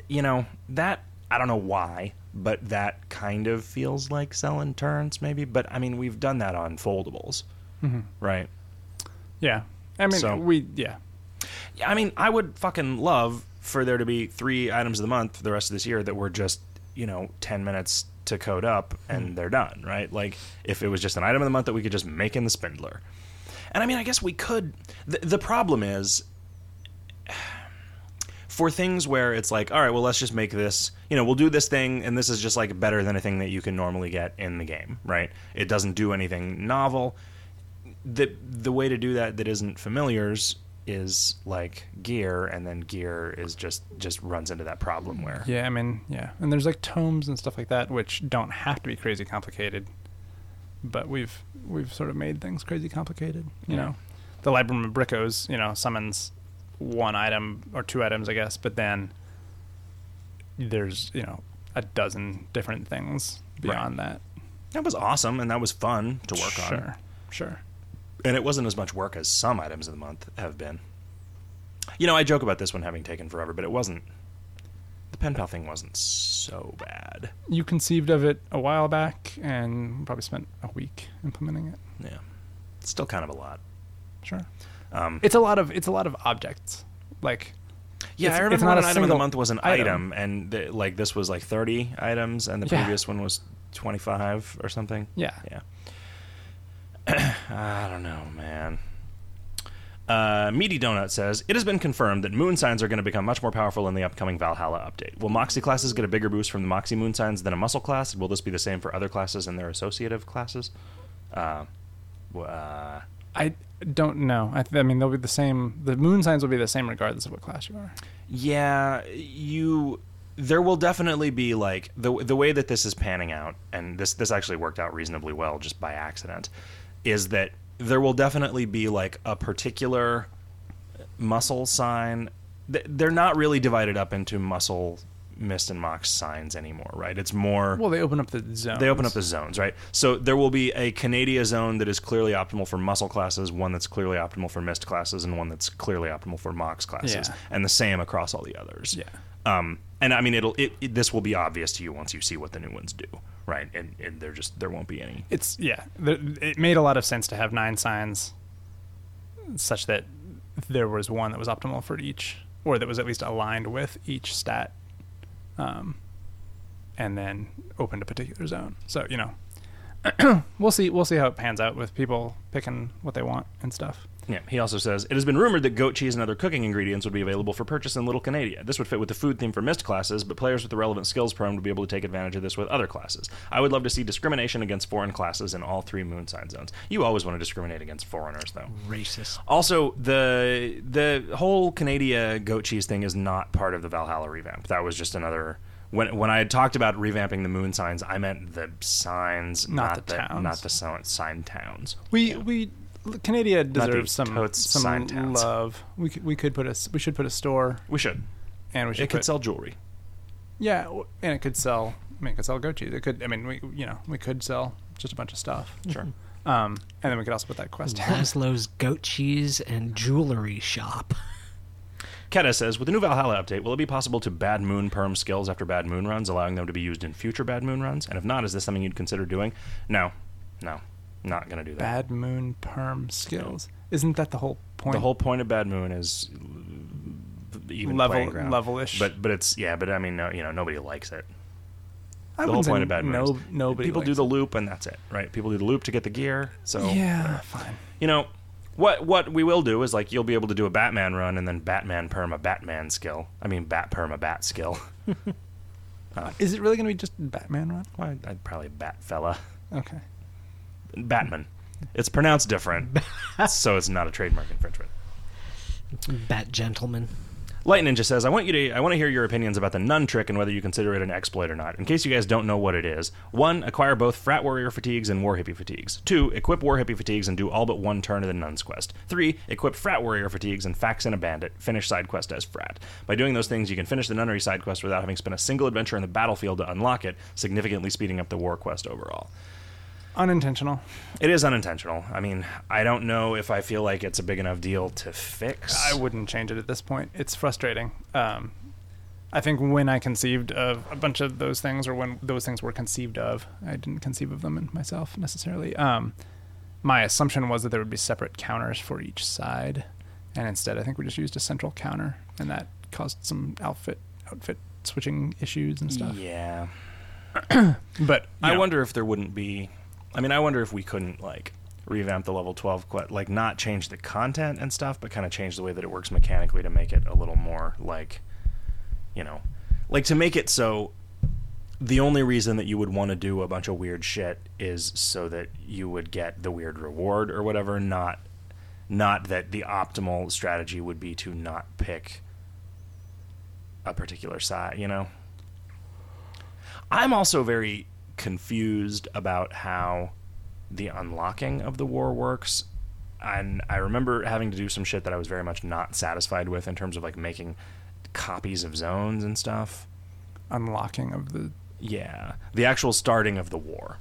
Speaker 1: you know that I don't know why, but that kind of feels like selling turns, maybe. But I mean, we've done that on foldables, right?
Speaker 3: Yeah. I mean,
Speaker 1: So-
Speaker 3: we yeah.
Speaker 1: Yeah, I mean, I would fucking love for there to be three items of the month for the rest of this year that were just, you know, 10 minutes to code up and they're done, right? Like, if it was just an item of the month that we could just make in the spindler. And I mean, I guess we could. The, the problem is for things where it's like, all right, well, let's just make this, you know, we'll do this thing and this is just like better than a thing that you can normally get in the game, right? It doesn't do anything novel the the way to do that that isn't familiars is like gear and then gear is just just runs into that problem where
Speaker 3: Yeah, I mean, yeah. And there's like tomes and stuff like that which don't have to be crazy complicated. But we've we've sort of made things crazy complicated, you
Speaker 1: Yeah.
Speaker 3: know. The Librum of Brickos, you know, summons one item or two items, I guess, but then there's, you know, a dozen different things beyond that.
Speaker 1: that was awesome and that was fun to work
Speaker 3: sure.
Speaker 1: on
Speaker 3: Sure.
Speaker 1: and it wasn't as much work as some items of the month have been you know i joke about this one having taken forever but it wasn't the pen pal thing wasn't so bad
Speaker 3: You conceived of it a while back and probably spent a week implementing it.
Speaker 1: yeah it's still kind of a lot
Speaker 3: Sure.
Speaker 1: um
Speaker 3: It's a lot of it's a lot of objects. Like
Speaker 1: yeah
Speaker 3: it's-
Speaker 1: i
Speaker 3: it's
Speaker 1: remember
Speaker 3: not
Speaker 1: when
Speaker 3: a
Speaker 1: an item of the
Speaker 3: single
Speaker 1: month was an
Speaker 3: item.
Speaker 1: item, and the, like this was like 30 items and the
Speaker 3: Yeah.
Speaker 1: previous one was 25 or something
Speaker 3: yeah.
Speaker 1: Yeah. I don't know, man. Uh, Meaty Donut says it has been confirmed that moon signs are going to become much more powerful in the upcoming Valhalla update. Will Moxie classes get a bigger boost from the Moxie moon signs than a muscle class? Will this be the same for other classes and their associative classes? Uh, w- uh,
Speaker 3: I don't know. I, th- I mean, they'll be the same. The moon signs will be the same regardless of what class you are.
Speaker 1: Yeah, you. There will definitely be like the the way that this is panning out, and this this actually worked out reasonably well just by accident, is that there will definitely be like a particular muscle sign. Th- They're not really divided up into muscle mist and mox signs anymore, right? It's more
Speaker 3: Well, they open up the zone.
Speaker 1: they open up the zones, right? So there will be a Canada zone that is clearly optimal for muscle classes, one that's clearly optimal for mist classes, and one that's clearly optimal for mox classes,
Speaker 3: Yeah.
Speaker 1: and the same across all the others.
Speaker 3: Yeah.
Speaker 1: Um, and I mean, it'll it, it- this will be obvious to you once you see what the new ones do, right? And, and there just there won't be any.
Speaker 3: It's yeah. There, it made a lot of sense to have nine signs, such that there was one that was optimal for each, or that was at least aligned with each stat, um, and then opened a particular zone. So you know, we'll see. We'll see how it pans out with people picking what they want and stuff.
Speaker 1: Yeah, he also says it has been rumored that goat cheese and other cooking ingredients would be available for purchase in Little Canada. This would fit with the food theme for missed classes, but players with the relevant skills prone would be able to take advantage of this with other classes. I would love to see discrimination against foreign classes in all three moonsign zones. You always want to discriminate against foreigners, though.
Speaker 2: Racist.
Speaker 1: Also, the the whole Canada goat cheese thing is not part of the Valhalla revamp. That was just another. When when I had talked about revamping the moon signs, I meant the signs,
Speaker 3: Not
Speaker 1: not,
Speaker 3: the towns.
Speaker 1: not the sign, sign towns.
Speaker 3: We we Canada
Speaker 1: these
Speaker 3: deserves some
Speaker 1: totes
Speaker 3: some
Speaker 1: sign towns.
Speaker 3: love. We could, we could put a s- we should put a store
Speaker 1: We should.
Speaker 3: and we should
Speaker 1: It could
Speaker 3: put-
Speaker 1: sell jewelry.
Speaker 3: Yeah, w- and it could sell. I mean, it could sell goat cheese. It could. I mean, we you know we could sell just a bunch of stuff.
Speaker 1: Sure.
Speaker 3: Um, and then we could also put that quest.
Speaker 2: Mm-hmm.
Speaker 3: down.
Speaker 2: Laszlo's goat cheese and jewelry shop.
Speaker 1: Keta says, with the new Valhalla update, will it be possible to bad moon perm skills after bad moon runs, allowing them to be used in future bad moon runs? And if not, is this something you'd consider doing? No, no, not gonna do that.
Speaker 3: Bad moon perm skills. Isn't that the whole point?
Speaker 1: The whole point of bad moon is even
Speaker 3: Level-
Speaker 1: playing ground.
Speaker 3: level-ish.
Speaker 1: But but it's yeah, but I mean, no, you know, nobody likes it.
Speaker 3: I
Speaker 1: the
Speaker 3: wouldn't
Speaker 1: whole
Speaker 3: say
Speaker 1: point of bad moon.
Speaker 3: No,
Speaker 1: is-
Speaker 3: nobody.
Speaker 1: People do
Speaker 3: likes
Speaker 1: the loop, and that's it, right? People do the loop to get the gear. So
Speaker 3: it. Yeah, fine.
Speaker 1: you know what what we will do is like you'll be able to do a Batman run and then Batman perm a Batman skill. I mean, Bat perm a Bat skill.
Speaker 3: Is it really going to be just Batman run?
Speaker 1: Why? I'd probably Bat fella.
Speaker 3: Okay.
Speaker 1: Batman. It's pronounced different, so it's not a trademark infringement.
Speaker 3: Mm.
Speaker 2: Bat gentleman.
Speaker 1: Light Ninja says, "I want you to. I want to hear your opinions about the nun trick and whether you consider it an exploit or not. In case you guys don't know what it is, one, acquire both frat warrior fatigues and war hippie fatigues. Two, equip war hippie fatigues and do all but one turn of the nun's quest. Three, equip frat warrior fatigues and fax in a bandit. Finish side quest as frat. By doing those things, you can finish the nunnery side quest without having spent a single adventure in the battlefield to unlock it, significantly speeding up the war quest overall."
Speaker 3: Unintentional.
Speaker 1: It is unintentional. I mean, I don't know if I feel like it's a big enough deal to fix.
Speaker 3: I wouldn't change it at this point. It's frustrating. Um, I think when I conceived of a bunch of those things, or when those things were conceived of, I didn't conceive of them in myself necessarily. Um, my assumption was that there would be separate counters for each side, and instead, I think we just used a central counter, and that caused some outfit outfit switching issues and stuff.
Speaker 1: Yeah.
Speaker 3: But you
Speaker 1: I
Speaker 3: know,
Speaker 1: wonder if there wouldn't be. I mean, I wonder if we couldn't like revamp the level twelve, que- like not change the content and stuff, but kind of change the way that it works mechanically to make it a little more like, you know, like to make it so. The only reason that you would want to do a bunch of weird shit is so that you would get the weird reward or whatever, not not that the optimal strategy would be to not pick a particular side, you know? I'm also very confused about how the unlocking of the war works. And I remember having to do some shit that I was very much not satisfied with in terms of like making copies of zones and stuff.
Speaker 3: unlocking of the
Speaker 1: Yeah. The actual starting of the war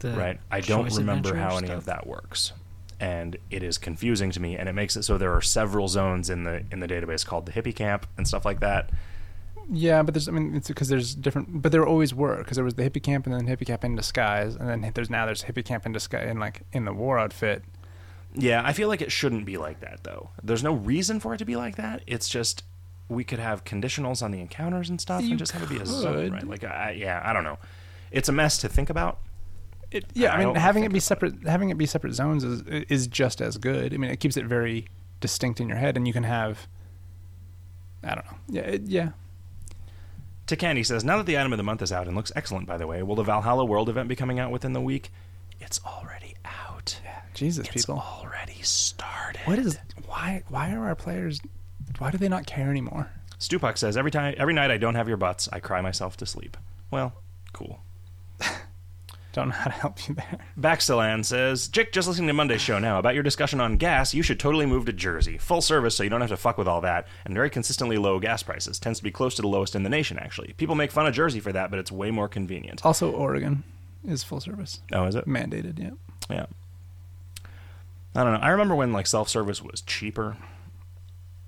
Speaker 2: The
Speaker 1: right i don't
Speaker 2: choice
Speaker 1: remember
Speaker 2: adventure
Speaker 1: how any
Speaker 2: stuff.
Speaker 1: of that works and it is confusing to me and it makes it so there are several zones in the in the database called the hippie camp and stuff like that
Speaker 3: Yeah, but there's I mean it's because there's different, but there always were because there was the hippie camp and then hippie camp in disguise, and then there's now there's hippie camp in disguise in like in the war outfit.
Speaker 1: yeah i feel like it shouldn't be like that though there's no reason for it to be like that it's just we could have conditionals on the encounters and stuff
Speaker 3: You
Speaker 1: and just have it be a zone
Speaker 3: could.
Speaker 1: right like I, yeah i don't know it's a mess to think about
Speaker 3: It, yeah,
Speaker 1: I
Speaker 3: I, mean
Speaker 1: don't
Speaker 3: having it
Speaker 1: think
Speaker 3: be
Speaker 1: about
Speaker 3: separate, having it be separate zones is is just as good. I mean it keeps it very distinct in your head, and you can have. I don't know. Yeah, it, yeah.
Speaker 1: Takandi says, now that the item of the month is out and looks excellent, by the way, will the Valhalla World event be coming out within the week? It's already out.
Speaker 3: Jesus,
Speaker 1: It's
Speaker 3: people,
Speaker 1: already started.
Speaker 3: what is why why are our players? Why do they not care anymore?
Speaker 1: Stupak says every time, every night I don't have your butts, I cry myself to sleep. Well, cool.
Speaker 3: Don't know how to help you there.
Speaker 1: Baxalan says, Jake, just listening to Monday's show now about your discussion on gas, you should totally move to Jersey. Full service, so you don't have to fuck with all that, and very consistently low gas prices. Tends to be close to the lowest in the nation, actually. People make fun of Jersey for that, but it's way more convenient.
Speaker 3: Also, Oregon is full service
Speaker 1: Oh, is it?
Speaker 3: mandated. Yeah.
Speaker 1: Yeah. I don't know. I remember when like self service was cheaper.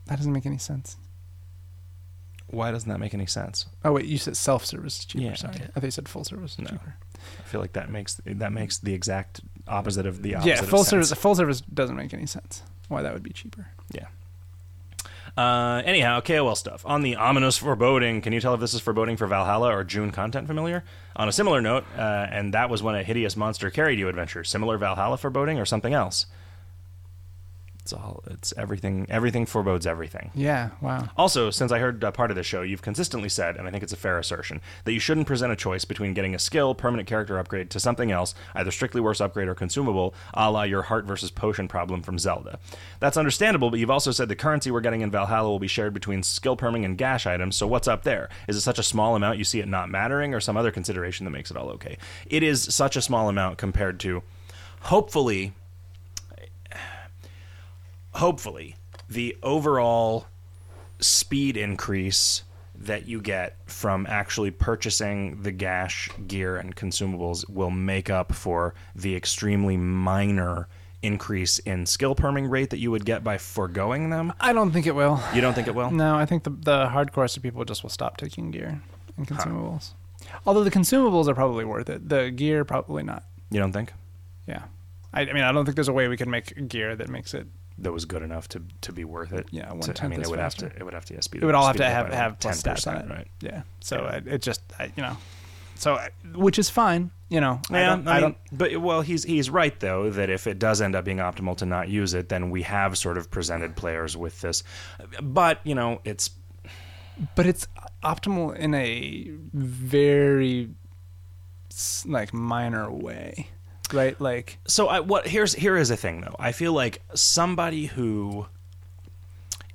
Speaker 3: That doesn't make any sense.
Speaker 1: Why doesn't that make any sense?
Speaker 3: Oh wait, you said self service is cheaper.
Speaker 1: Yeah.
Speaker 3: Sorry, I thought you said full service is
Speaker 1: No.
Speaker 3: cheaper.
Speaker 1: I feel like that makes that makes the exact opposite of the opposite.
Speaker 3: Yeah,
Speaker 1: of
Speaker 3: full
Speaker 1: sense.
Speaker 3: service. Full service doesn't make any sense. Why that would be cheaper?
Speaker 1: Yeah. Uh, anyhow, KOL stuff. On the ominous foreboding, can you tell if this is foreboding for Valhalla or June content familiar? On a similar note, uh, and that was when a hideous monster carried you adventure. Similar Valhalla foreboding or something else? It's all. It's everything. Everything forebodes everything.
Speaker 3: Yeah. Wow.
Speaker 1: Also, since I heard uh, part of the show, you've consistently said, and I think it's a fair assertion, that you shouldn't present a choice between getting a skill, permanent character upgrade to something else, either strictly worse upgrade or consumable, a la your heart versus potion problem from Zelda. That's understandable, but you've also said the currency we're getting in Valhalla will be shared between skill perming and gash items, so what's up there? Is it such a small amount you see it not mattering, or some other consideration that makes it all okay? It is such a small amount compared to, hopefully, hopefully, the overall speed increase that you get from actually purchasing the gash gear and consumables will make up for the extremely minor increase in skill perming rate that you would get by foregoing them.
Speaker 3: I don't think it will.
Speaker 1: You don't think it will?
Speaker 3: No, I think the the hardcore of people just will stop taking gear and consumables. Although the consumables are probably worth it. The gear probably not.
Speaker 1: You don't think
Speaker 3: Yeah. I, I mean, I don't think there's a way we can make gear that makes it.
Speaker 1: that was good enough to, to be worth it?
Speaker 3: Yeah,
Speaker 1: To-
Speaker 3: one-tenth
Speaker 1: I mean,
Speaker 3: is
Speaker 1: it would
Speaker 3: faster.
Speaker 1: have to it would have to yeah, speed.
Speaker 3: It would all have
Speaker 1: speed
Speaker 3: to
Speaker 1: up
Speaker 3: have
Speaker 1: by
Speaker 3: have
Speaker 1: like
Speaker 3: plus stats on it,
Speaker 1: 10%, right?
Speaker 3: Yeah. So
Speaker 1: Yeah.
Speaker 3: It, it just, I, you know, so I- which is fine. You know, I
Speaker 1: Yeah, I,
Speaker 3: don't. I
Speaker 1: mean,
Speaker 3: don't
Speaker 1: but well, he's he's right though that if it does end up being optimal to not use it, then we have sort of presented players with this. But you know, it's
Speaker 3: but it's optimal in a very s- like minor way, right? Like
Speaker 1: so. I what here's here is a thing though. I feel like somebody who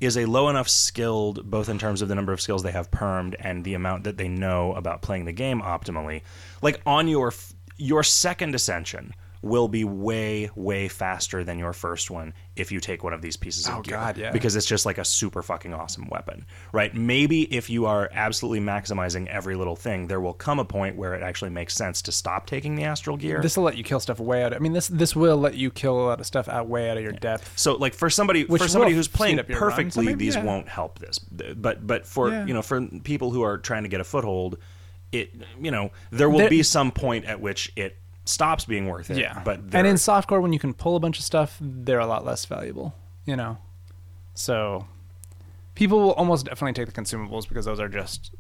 Speaker 1: is a low enough skilled, both in terms of the number of skills they have permed and the amount that they know about playing the game optimally. Like on your f- your second ascension will be way way faster than your first one if you take one of these pieces of
Speaker 3: Oh,
Speaker 1: gear
Speaker 3: God, yeah.
Speaker 1: because it's just like a super fucking awesome weapon right maybe if you are absolutely maximizing every little thing there will come a point where it actually makes sense to stop taking the astral gear
Speaker 3: this will let you kill stuff way out. Of, I mean, this this will let you kill a lot of stuff out way out of your depth.
Speaker 1: So like for somebody
Speaker 3: Which
Speaker 1: for somebody
Speaker 3: will
Speaker 1: who's
Speaker 3: speed
Speaker 1: playing
Speaker 3: up your runs, I
Speaker 1: perfectly,
Speaker 3: mean,
Speaker 1: these
Speaker 3: yeah.
Speaker 1: won't help this. But but for
Speaker 3: Yeah.
Speaker 1: you know for people who are trying to get a foothold, it you know there will
Speaker 3: There-
Speaker 1: be some point at which it stops being worth it.
Speaker 3: Yeah,
Speaker 1: but there,
Speaker 3: and in softcore, when you can pull a bunch of stuff, they're a lot less valuable. You know, so people will almost definitely take the consumables because those are just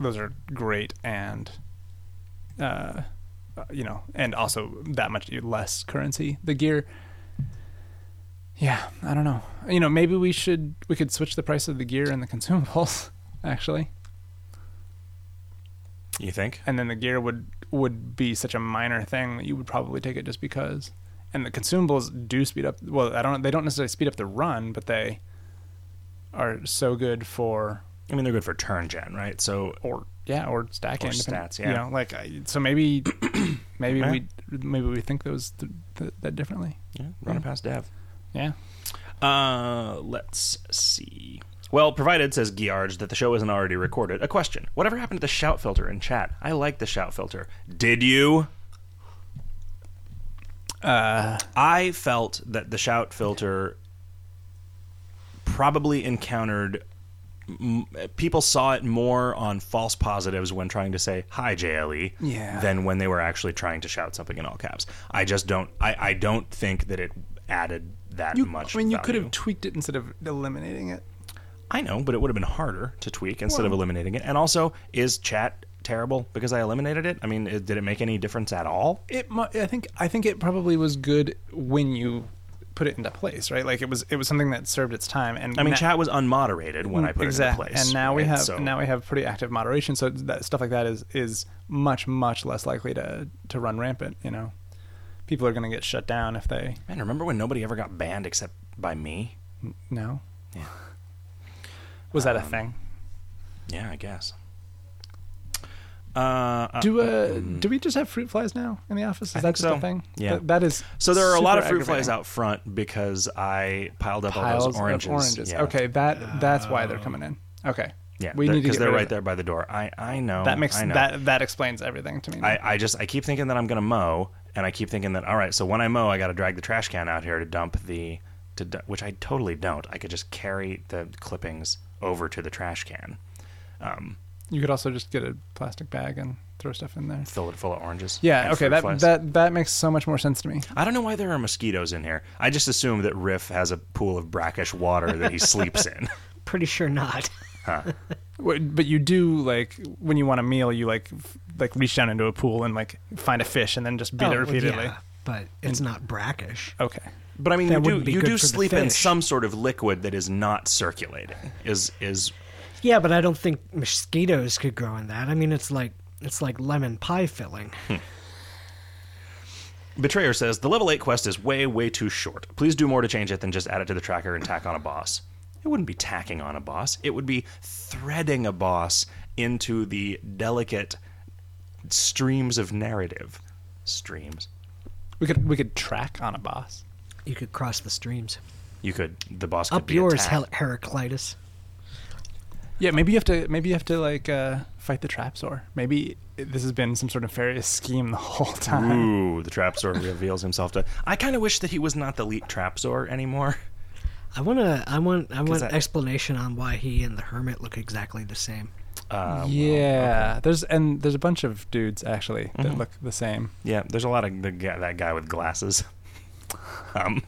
Speaker 3: those are great and uh, you know, and also that much less currency. The gear. Yeah, I don't know. You know, maybe we should we could switch the price of the gear and the consumables actually,
Speaker 1: you think
Speaker 3: and then the gear would would be such a minor thing that you would probably take it just because. And the consumables do speed up. Well, I don't. They don't necessarily speed up the run, but they are so good for
Speaker 1: I mean they're good for turn gen, right? So
Speaker 3: or yeah, or stacking
Speaker 1: Or
Speaker 3: depend-
Speaker 1: stats,
Speaker 3: You
Speaker 1: yeah.
Speaker 3: know, like I- so maybe maybe
Speaker 1: Yeah.
Speaker 3: we maybe we think those th- th- that differently.
Speaker 1: yeah, run it past Dev.
Speaker 3: Yeah.
Speaker 1: Uh, let's see. Well, provided, says Giarge, that the show isn't already recorded. A question. Whatever happened to the shout filter in chat? I like the shout filter. Did you? Uh, I felt that the shout filter probably encountered. m- People saw it more on false positives when trying to say "Hi JLE"
Speaker 3: Yeah.
Speaker 1: than when they were actually trying to shout something in all caps. I just don't. I, I don't think that it added that
Speaker 3: You,
Speaker 1: much.
Speaker 3: I mean, you could
Speaker 1: value.
Speaker 3: have tweaked it instead of eliminating it.
Speaker 1: I know, but it would have been harder to tweak instead of
Speaker 3: Well-
Speaker 1: eliminating it. And also, is chat terrible because I eliminated it? I mean, it, did it make any difference at all?
Speaker 3: It, mu- I think, I think it probably was good when you put it into place, right? Like it was, it was something that served its time. And
Speaker 1: I mean,
Speaker 3: na-
Speaker 1: chat was unmoderated when I put
Speaker 3: exactly.
Speaker 1: it in place.
Speaker 3: Mm, And now we
Speaker 1: right?
Speaker 3: have,
Speaker 1: So-
Speaker 3: now we have pretty active moderation, so that stuff like that is is much much less likely to to run rampant. You know, people are going to get shut down if they
Speaker 1: man, remember when nobody ever got banned except by me?
Speaker 3: no.
Speaker 1: Yeah. Um,
Speaker 3: Was that a thing?
Speaker 1: Yeah, I guess. Uh, uh,
Speaker 3: Do uh, do we just have fruit flies now in the office? Is that
Speaker 1: think
Speaker 3: just
Speaker 1: so.
Speaker 3: a thing?
Speaker 1: Yeah.
Speaker 3: That- that is.
Speaker 1: so there are a
Speaker 3: super
Speaker 1: lot of fruit flies
Speaker 3: aggravating.
Speaker 1: out front because I piled up
Speaker 3: Piles
Speaker 1: all those oranges.
Speaker 3: Of oranges.
Speaker 1: Yeah. Um,
Speaker 3: Okay, that that's why they're coming in. Okay.
Speaker 1: Yeah,
Speaker 3: We need to
Speaker 1: because
Speaker 3: get
Speaker 1: they're
Speaker 3: rid of
Speaker 1: right
Speaker 3: it.
Speaker 1: there by the door. I I know
Speaker 3: That makes
Speaker 1: I know.
Speaker 3: that that explains everything to me. now.
Speaker 1: I, I just I keep thinking that I'm gonna mow, and I keep thinking that all right, so when I mow, I got to drag the trash can out here to dump the to du- which I totally don't. I could just carry the clippings over to the trash can,
Speaker 3: you could also just get a plastic bag and throw stuff in there.
Speaker 1: fill it full of oranges.
Speaker 3: Yeah.
Speaker 1: and
Speaker 3: Okay.
Speaker 1: fruit
Speaker 3: That
Speaker 1: flies.
Speaker 3: that that makes so much more sense to me.
Speaker 1: I don't know why there are mosquitoes in here. I just assume that Riff has a pool of brackish water that he sleeps in.
Speaker 2: Pretty sure not.
Speaker 3: Wait, But you do like when you want a meal, you like f- like reach down into a pool and like find a fish and then just beat
Speaker 2: Oh,
Speaker 3: it
Speaker 2: well,
Speaker 3: repeatedly.
Speaker 2: yeah, but it's not brackish.
Speaker 3: Okay.
Speaker 1: But I mean,
Speaker 2: That
Speaker 1: you do
Speaker 2: wouldn't be
Speaker 1: you
Speaker 2: good
Speaker 1: do
Speaker 2: for the
Speaker 1: sleep in
Speaker 2: fish.
Speaker 1: some sort of liquid that is not circulating. Is is
Speaker 2: Yeah, but I don't think mosquitoes could grow in that. I mean, it's like it's like lemon pie filling.
Speaker 1: Betrayer says the level 8 quest is way, way too short. Please do more to change it than just add it to the tracker and tack on a boss. It wouldn't be tacking on a boss, it would be threading a boss into the delicate streams of narrative. Streams.
Speaker 3: We could we could track on a boss.
Speaker 2: You could cross the streams.
Speaker 1: You could, the boss could
Speaker 2: Up
Speaker 1: be
Speaker 2: yours,
Speaker 1: attacked.
Speaker 2: Hel- Heraclitus.
Speaker 3: Yeah, maybe you have to maybe you have to like uh, fight the trapdoor. Maybe this has been some sort of nefarious scheme the whole time.
Speaker 1: Ooh, the Trapzor reveals himself to. I kind of wish that he was not the leap Trapzor anymore.
Speaker 2: I want to. I want. I want
Speaker 1: that-
Speaker 2: explanation on why he and the hermit look exactly the same.
Speaker 1: Uh,
Speaker 3: yeah, there's and there's a bunch of dudes actually
Speaker 1: Mm-hmm.
Speaker 3: that look the same.
Speaker 1: Yeah, there's a lot of the guy, that guy with glasses. Um,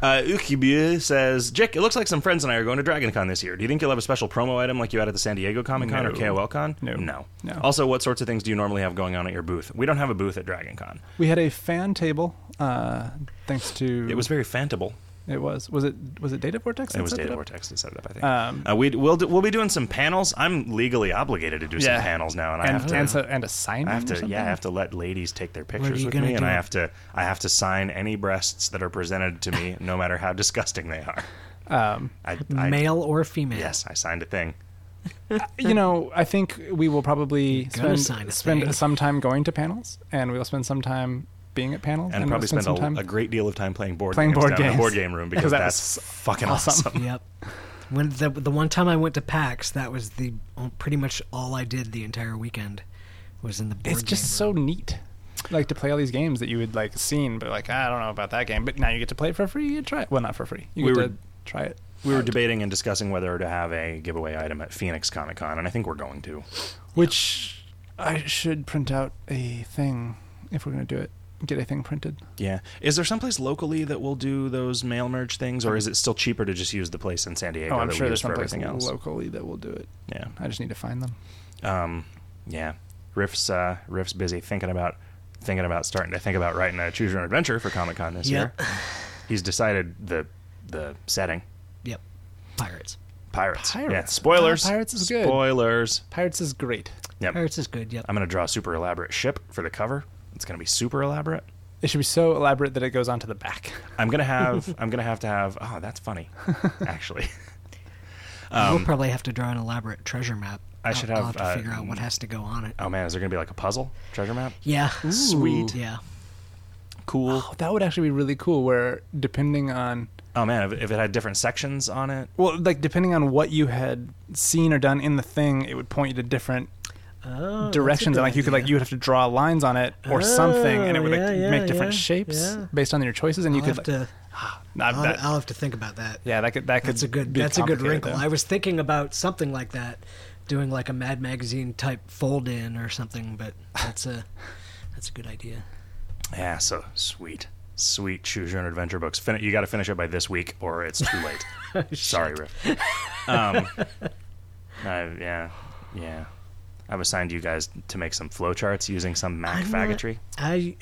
Speaker 1: uh, Ukibu says, Jake, it looks like some friends and I are going to Dragon Con this year. Do you think you'll have a special promo item like you had at the San Diego Comic Con or
Speaker 3: No.
Speaker 1: KOL Con?
Speaker 3: No.
Speaker 1: no.
Speaker 3: No.
Speaker 1: Also, what sorts of things do you normally have going on at your booth? We don't have a booth at Dragon Con.
Speaker 3: We had a fan table, uh, thanks to
Speaker 1: It was very fantable.
Speaker 3: it was was it was it Data Vortex?
Speaker 1: It
Speaker 3: that
Speaker 1: was
Speaker 3: set
Speaker 1: Data
Speaker 3: up?
Speaker 1: Vortex that set it up, I think.
Speaker 3: Um,
Speaker 1: uh, we'd, we'll, do, we'll be doing some panels. I'm legally obligated to do
Speaker 3: Yeah.
Speaker 1: some panels now, and, I
Speaker 3: and
Speaker 1: have to.
Speaker 3: and, so, and a sign.
Speaker 1: I have
Speaker 3: or
Speaker 1: to,
Speaker 3: something?
Speaker 1: yeah, I have to let ladies take their pictures
Speaker 2: you
Speaker 1: with
Speaker 2: gonna
Speaker 1: me, and
Speaker 2: do
Speaker 1: I
Speaker 2: it?
Speaker 1: have to, I have to sign any breasts that are presented to me, no matter how disgusting they are.
Speaker 3: Um,
Speaker 1: I, I-
Speaker 2: Male or female?
Speaker 1: yes, I signed a thing.
Speaker 3: you know, I think we will probably
Speaker 2: Uh, gonna
Speaker 3: spend
Speaker 2: sign a thing.
Speaker 3: spend some time going to panels, and we'll spend some time being at panels,
Speaker 1: And,
Speaker 3: we'll
Speaker 1: probably spend
Speaker 3: some
Speaker 1: a,
Speaker 3: time
Speaker 1: a great deal of time playing board
Speaker 3: Playing
Speaker 1: games
Speaker 3: board
Speaker 1: down in the
Speaker 3: games.
Speaker 1: board game room because
Speaker 3: Because that
Speaker 1: that's
Speaker 3: was
Speaker 1: fucking awesome.
Speaker 3: awesome.
Speaker 2: Yep. When the the one time I went to PAX, that was the pretty much all I did the entire weekend was in the board
Speaker 3: it's just
Speaker 2: game
Speaker 3: so neat like to play all these games that you would like seen but like i don't know about that game but now you get to play it for free and try it well not for free you
Speaker 1: We
Speaker 3: get
Speaker 1: were-
Speaker 3: to try it
Speaker 1: We were debating and discussing whether to have a giveaway item at Phoenix Comic Con, and I think we're going to.
Speaker 3: which i should print out a thing if we're going to do it get a thing printed
Speaker 1: Yeah, is there someplace locally that will do those mail merge things, or is it still cheaper to just use the place in San Diego
Speaker 3: oh i'm
Speaker 1: that
Speaker 3: sure
Speaker 1: we
Speaker 3: there's
Speaker 1: use for
Speaker 3: someplace
Speaker 1: everything else?
Speaker 3: locally that will do it
Speaker 1: Yeah.
Speaker 3: i just need to find them
Speaker 1: Um, yeah, Riff's uh, Riff's busy thinking about thinking about starting to think about writing a choose your own adventure for Comic Con this
Speaker 2: Yep.
Speaker 1: year. He's decided the the setting
Speaker 2: Yep. Pirates.
Speaker 1: pirates.
Speaker 3: Pirates.
Speaker 1: Yeah, spoilers.
Speaker 3: Ah, pirates is good.
Speaker 1: Spoilers.
Speaker 3: pirates is great
Speaker 1: Yep.
Speaker 2: Pirates is good. Yep.
Speaker 1: I'm gonna draw a super elaborate ship for the cover. It's gonna be super elaborate.
Speaker 3: it should be so elaborate that it goes onto the back
Speaker 1: I'm gonna have I'm gonna have to have oh that's funny actually.
Speaker 3: Um,
Speaker 2: we'll probably have to draw an elaborate treasure map.
Speaker 1: I should
Speaker 2: I'll, I'll
Speaker 1: have,
Speaker 2: to
Speaker 1: uh,
Speaker 2: figure out what has to go on it.
Speaker 1: Oh man, is there gonna be like a puzzle treasure map?
Speaker 2: Yeah.
Speaker 1: Sweet.
Speaker 2: Yeah.
Speaker 1: Cool.
Speaker 3: oh, that would actually be really cool where depending on
Speaker 1: Oh man, if, if it had different sections on it,
Speaker 3: well like depending on what you had seen or done in the thing it would point you to different
Speaker 2: Oh,
Speaker 3: directions and like you could like you would have to draw lines on it or something and it would
Speaker 2: Oh,
Speaker 3: like
Speaker 2: yeah,
Speaker 3: make
Speaker 2: yeah,
Speaker 3: different
Speaker 2: yeah,
Speaker 3: shapes
Speaker 2: yeah.
Speaker 3: based on your choices and you
Speaker 2: I'll
Speaker 3: could
Speaker 2: have
Speaker 3: like
Speaker 2: to.
Speaker 3: not
Speaker 2: I'll,
Speaker 3: that,
Speaker 2: I'll have to think about that.
Speaker 3: yeah that could that could
Speaker 2: That's a good.
Speaker 3: be
Speaker 2: That's a good
Speaker 3: complicated,
Speaker 2: wrinkle.
Speaker 3: though.
Speaker 2: I was thinking about something like that, doing like a Mad Magazine type fold in or something. But that's a that's a good idea.
Speaker 1: Yeah, so sweet. Sweet choose your own adventure books. Fin- you got to finish it by this week or it's too
Speaker 2: Oh,
Speaker 1: late. Sorry, Riff. Um, I- yeah, yeah. I've assigned you guys to make some flowcharts using some Mac
Speaker 2: I'm not-
Speaker 1: faggotry.
Speaker 2: I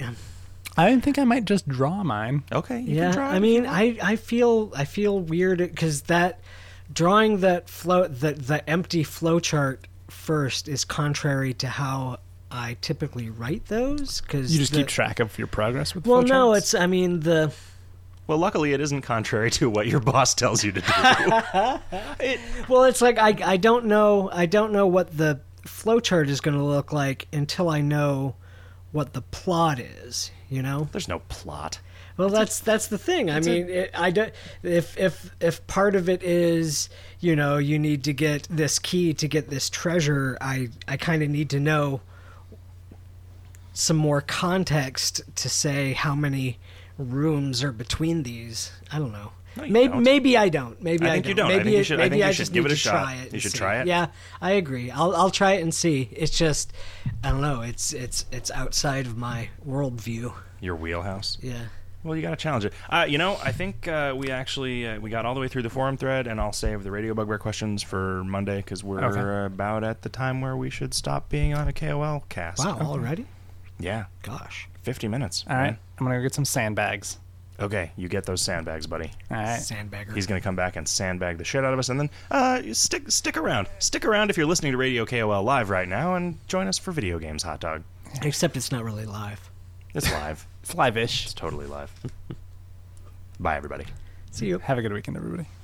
Speaker 3: I think I might just draw mine
Speaker 1: Okay, you
Speaker 2: yeah.
Speaker 1: can try.
Speaker 2: I mean, I I feel I feel weird because that drawing that flow the the empty flow chart first is contrary to how I typically write those. Because
Speaker 3: you just keep track of your progress with
Speaker 2: Well, no,
Speaker 3: flowcharts?
Speaker 2: it's I mean the
Speaker 1: well, luckily it isn't contrary to what your boss tells you to do.
Speaker 2: Well, it's like I I don't know I don't know what the flowchart is going to look like until I know what the plot is. You know.
Speaker 1: There's no plot.
Speaker 2: Well, that's that's the thing. I mean, it, I don't. If if if part of it is you know you need to get this key to get this treasure, I I kind of need to know some more context to say how many rooms are between these. I don't know.
Speaker 1: No, you
Speaker 2: maybe
Speaker 1: don't.
Speaker 2: maybe I don't. Maybe
Speaker 1: I
Speaker 2: I
Speaker 1: think you don't.
Speaker 2: don't.
Speaker 1: I
Speaker 2: Maybe
Speaker 1: think you
Speaker 2: it-
Speaker 1: should- I
Speaker 2: maybe
Speaker 1: think you
Speaker 2: I
Speaker 1: should
Speaker 2: just
Speaker 1: give
Speaker 2: need
Speaker 1: it a
Speaker 2: to
Speaker 1: shot.
Speaker 2: try it.
Speaker 1: You
Speaker 2: and
Speaker 1: should
Speaker 2: see.
Speaker 1: try it.
Speaker 2: Yeah, I agree. I'll I'll try it and see. It's just I don't know. It's it's it's outside of my worldview.
Speaker 1: Your wheelhouse.
Speaker 2: Yeah.
Speaker 1: Well, you got to challenge it. Uh, you know, I think uh, we actually uh, we got all the way through the forum thread, and I'll save the radio bugbear questions for Monday because we're
Speaker 3: Okay.
Speaker 1: about at the time where we should stop being on a KOL cast. Oh,
Speaker 2: Wow. Already?
Speaker 1: Yeah,
Speaker 2: Gosh.
Speaker 1: fifty minutes.
Speaker 3: All right, I'm gonna go get some sandbags.
Speaker 1: Okay, you get those sandbags, buddy.
Speaker 3: All right.
Speaker 2: Sandbagger.
Speaker 1: He's going to come back and sandbag the shit out of us, and then uh, stick stick around. Stick around if you're listening to Radio KOL live right now, and join us for video games, hot dog.
Speaker 2: Except it's not really live.
Speaker 1: It's live.
Speaker 3: It's live-ish.
Speaker 1: it's totally live. Bye, everybody.
Speaker 2: See you.
Speaker 3: Have a good weekend, everybody.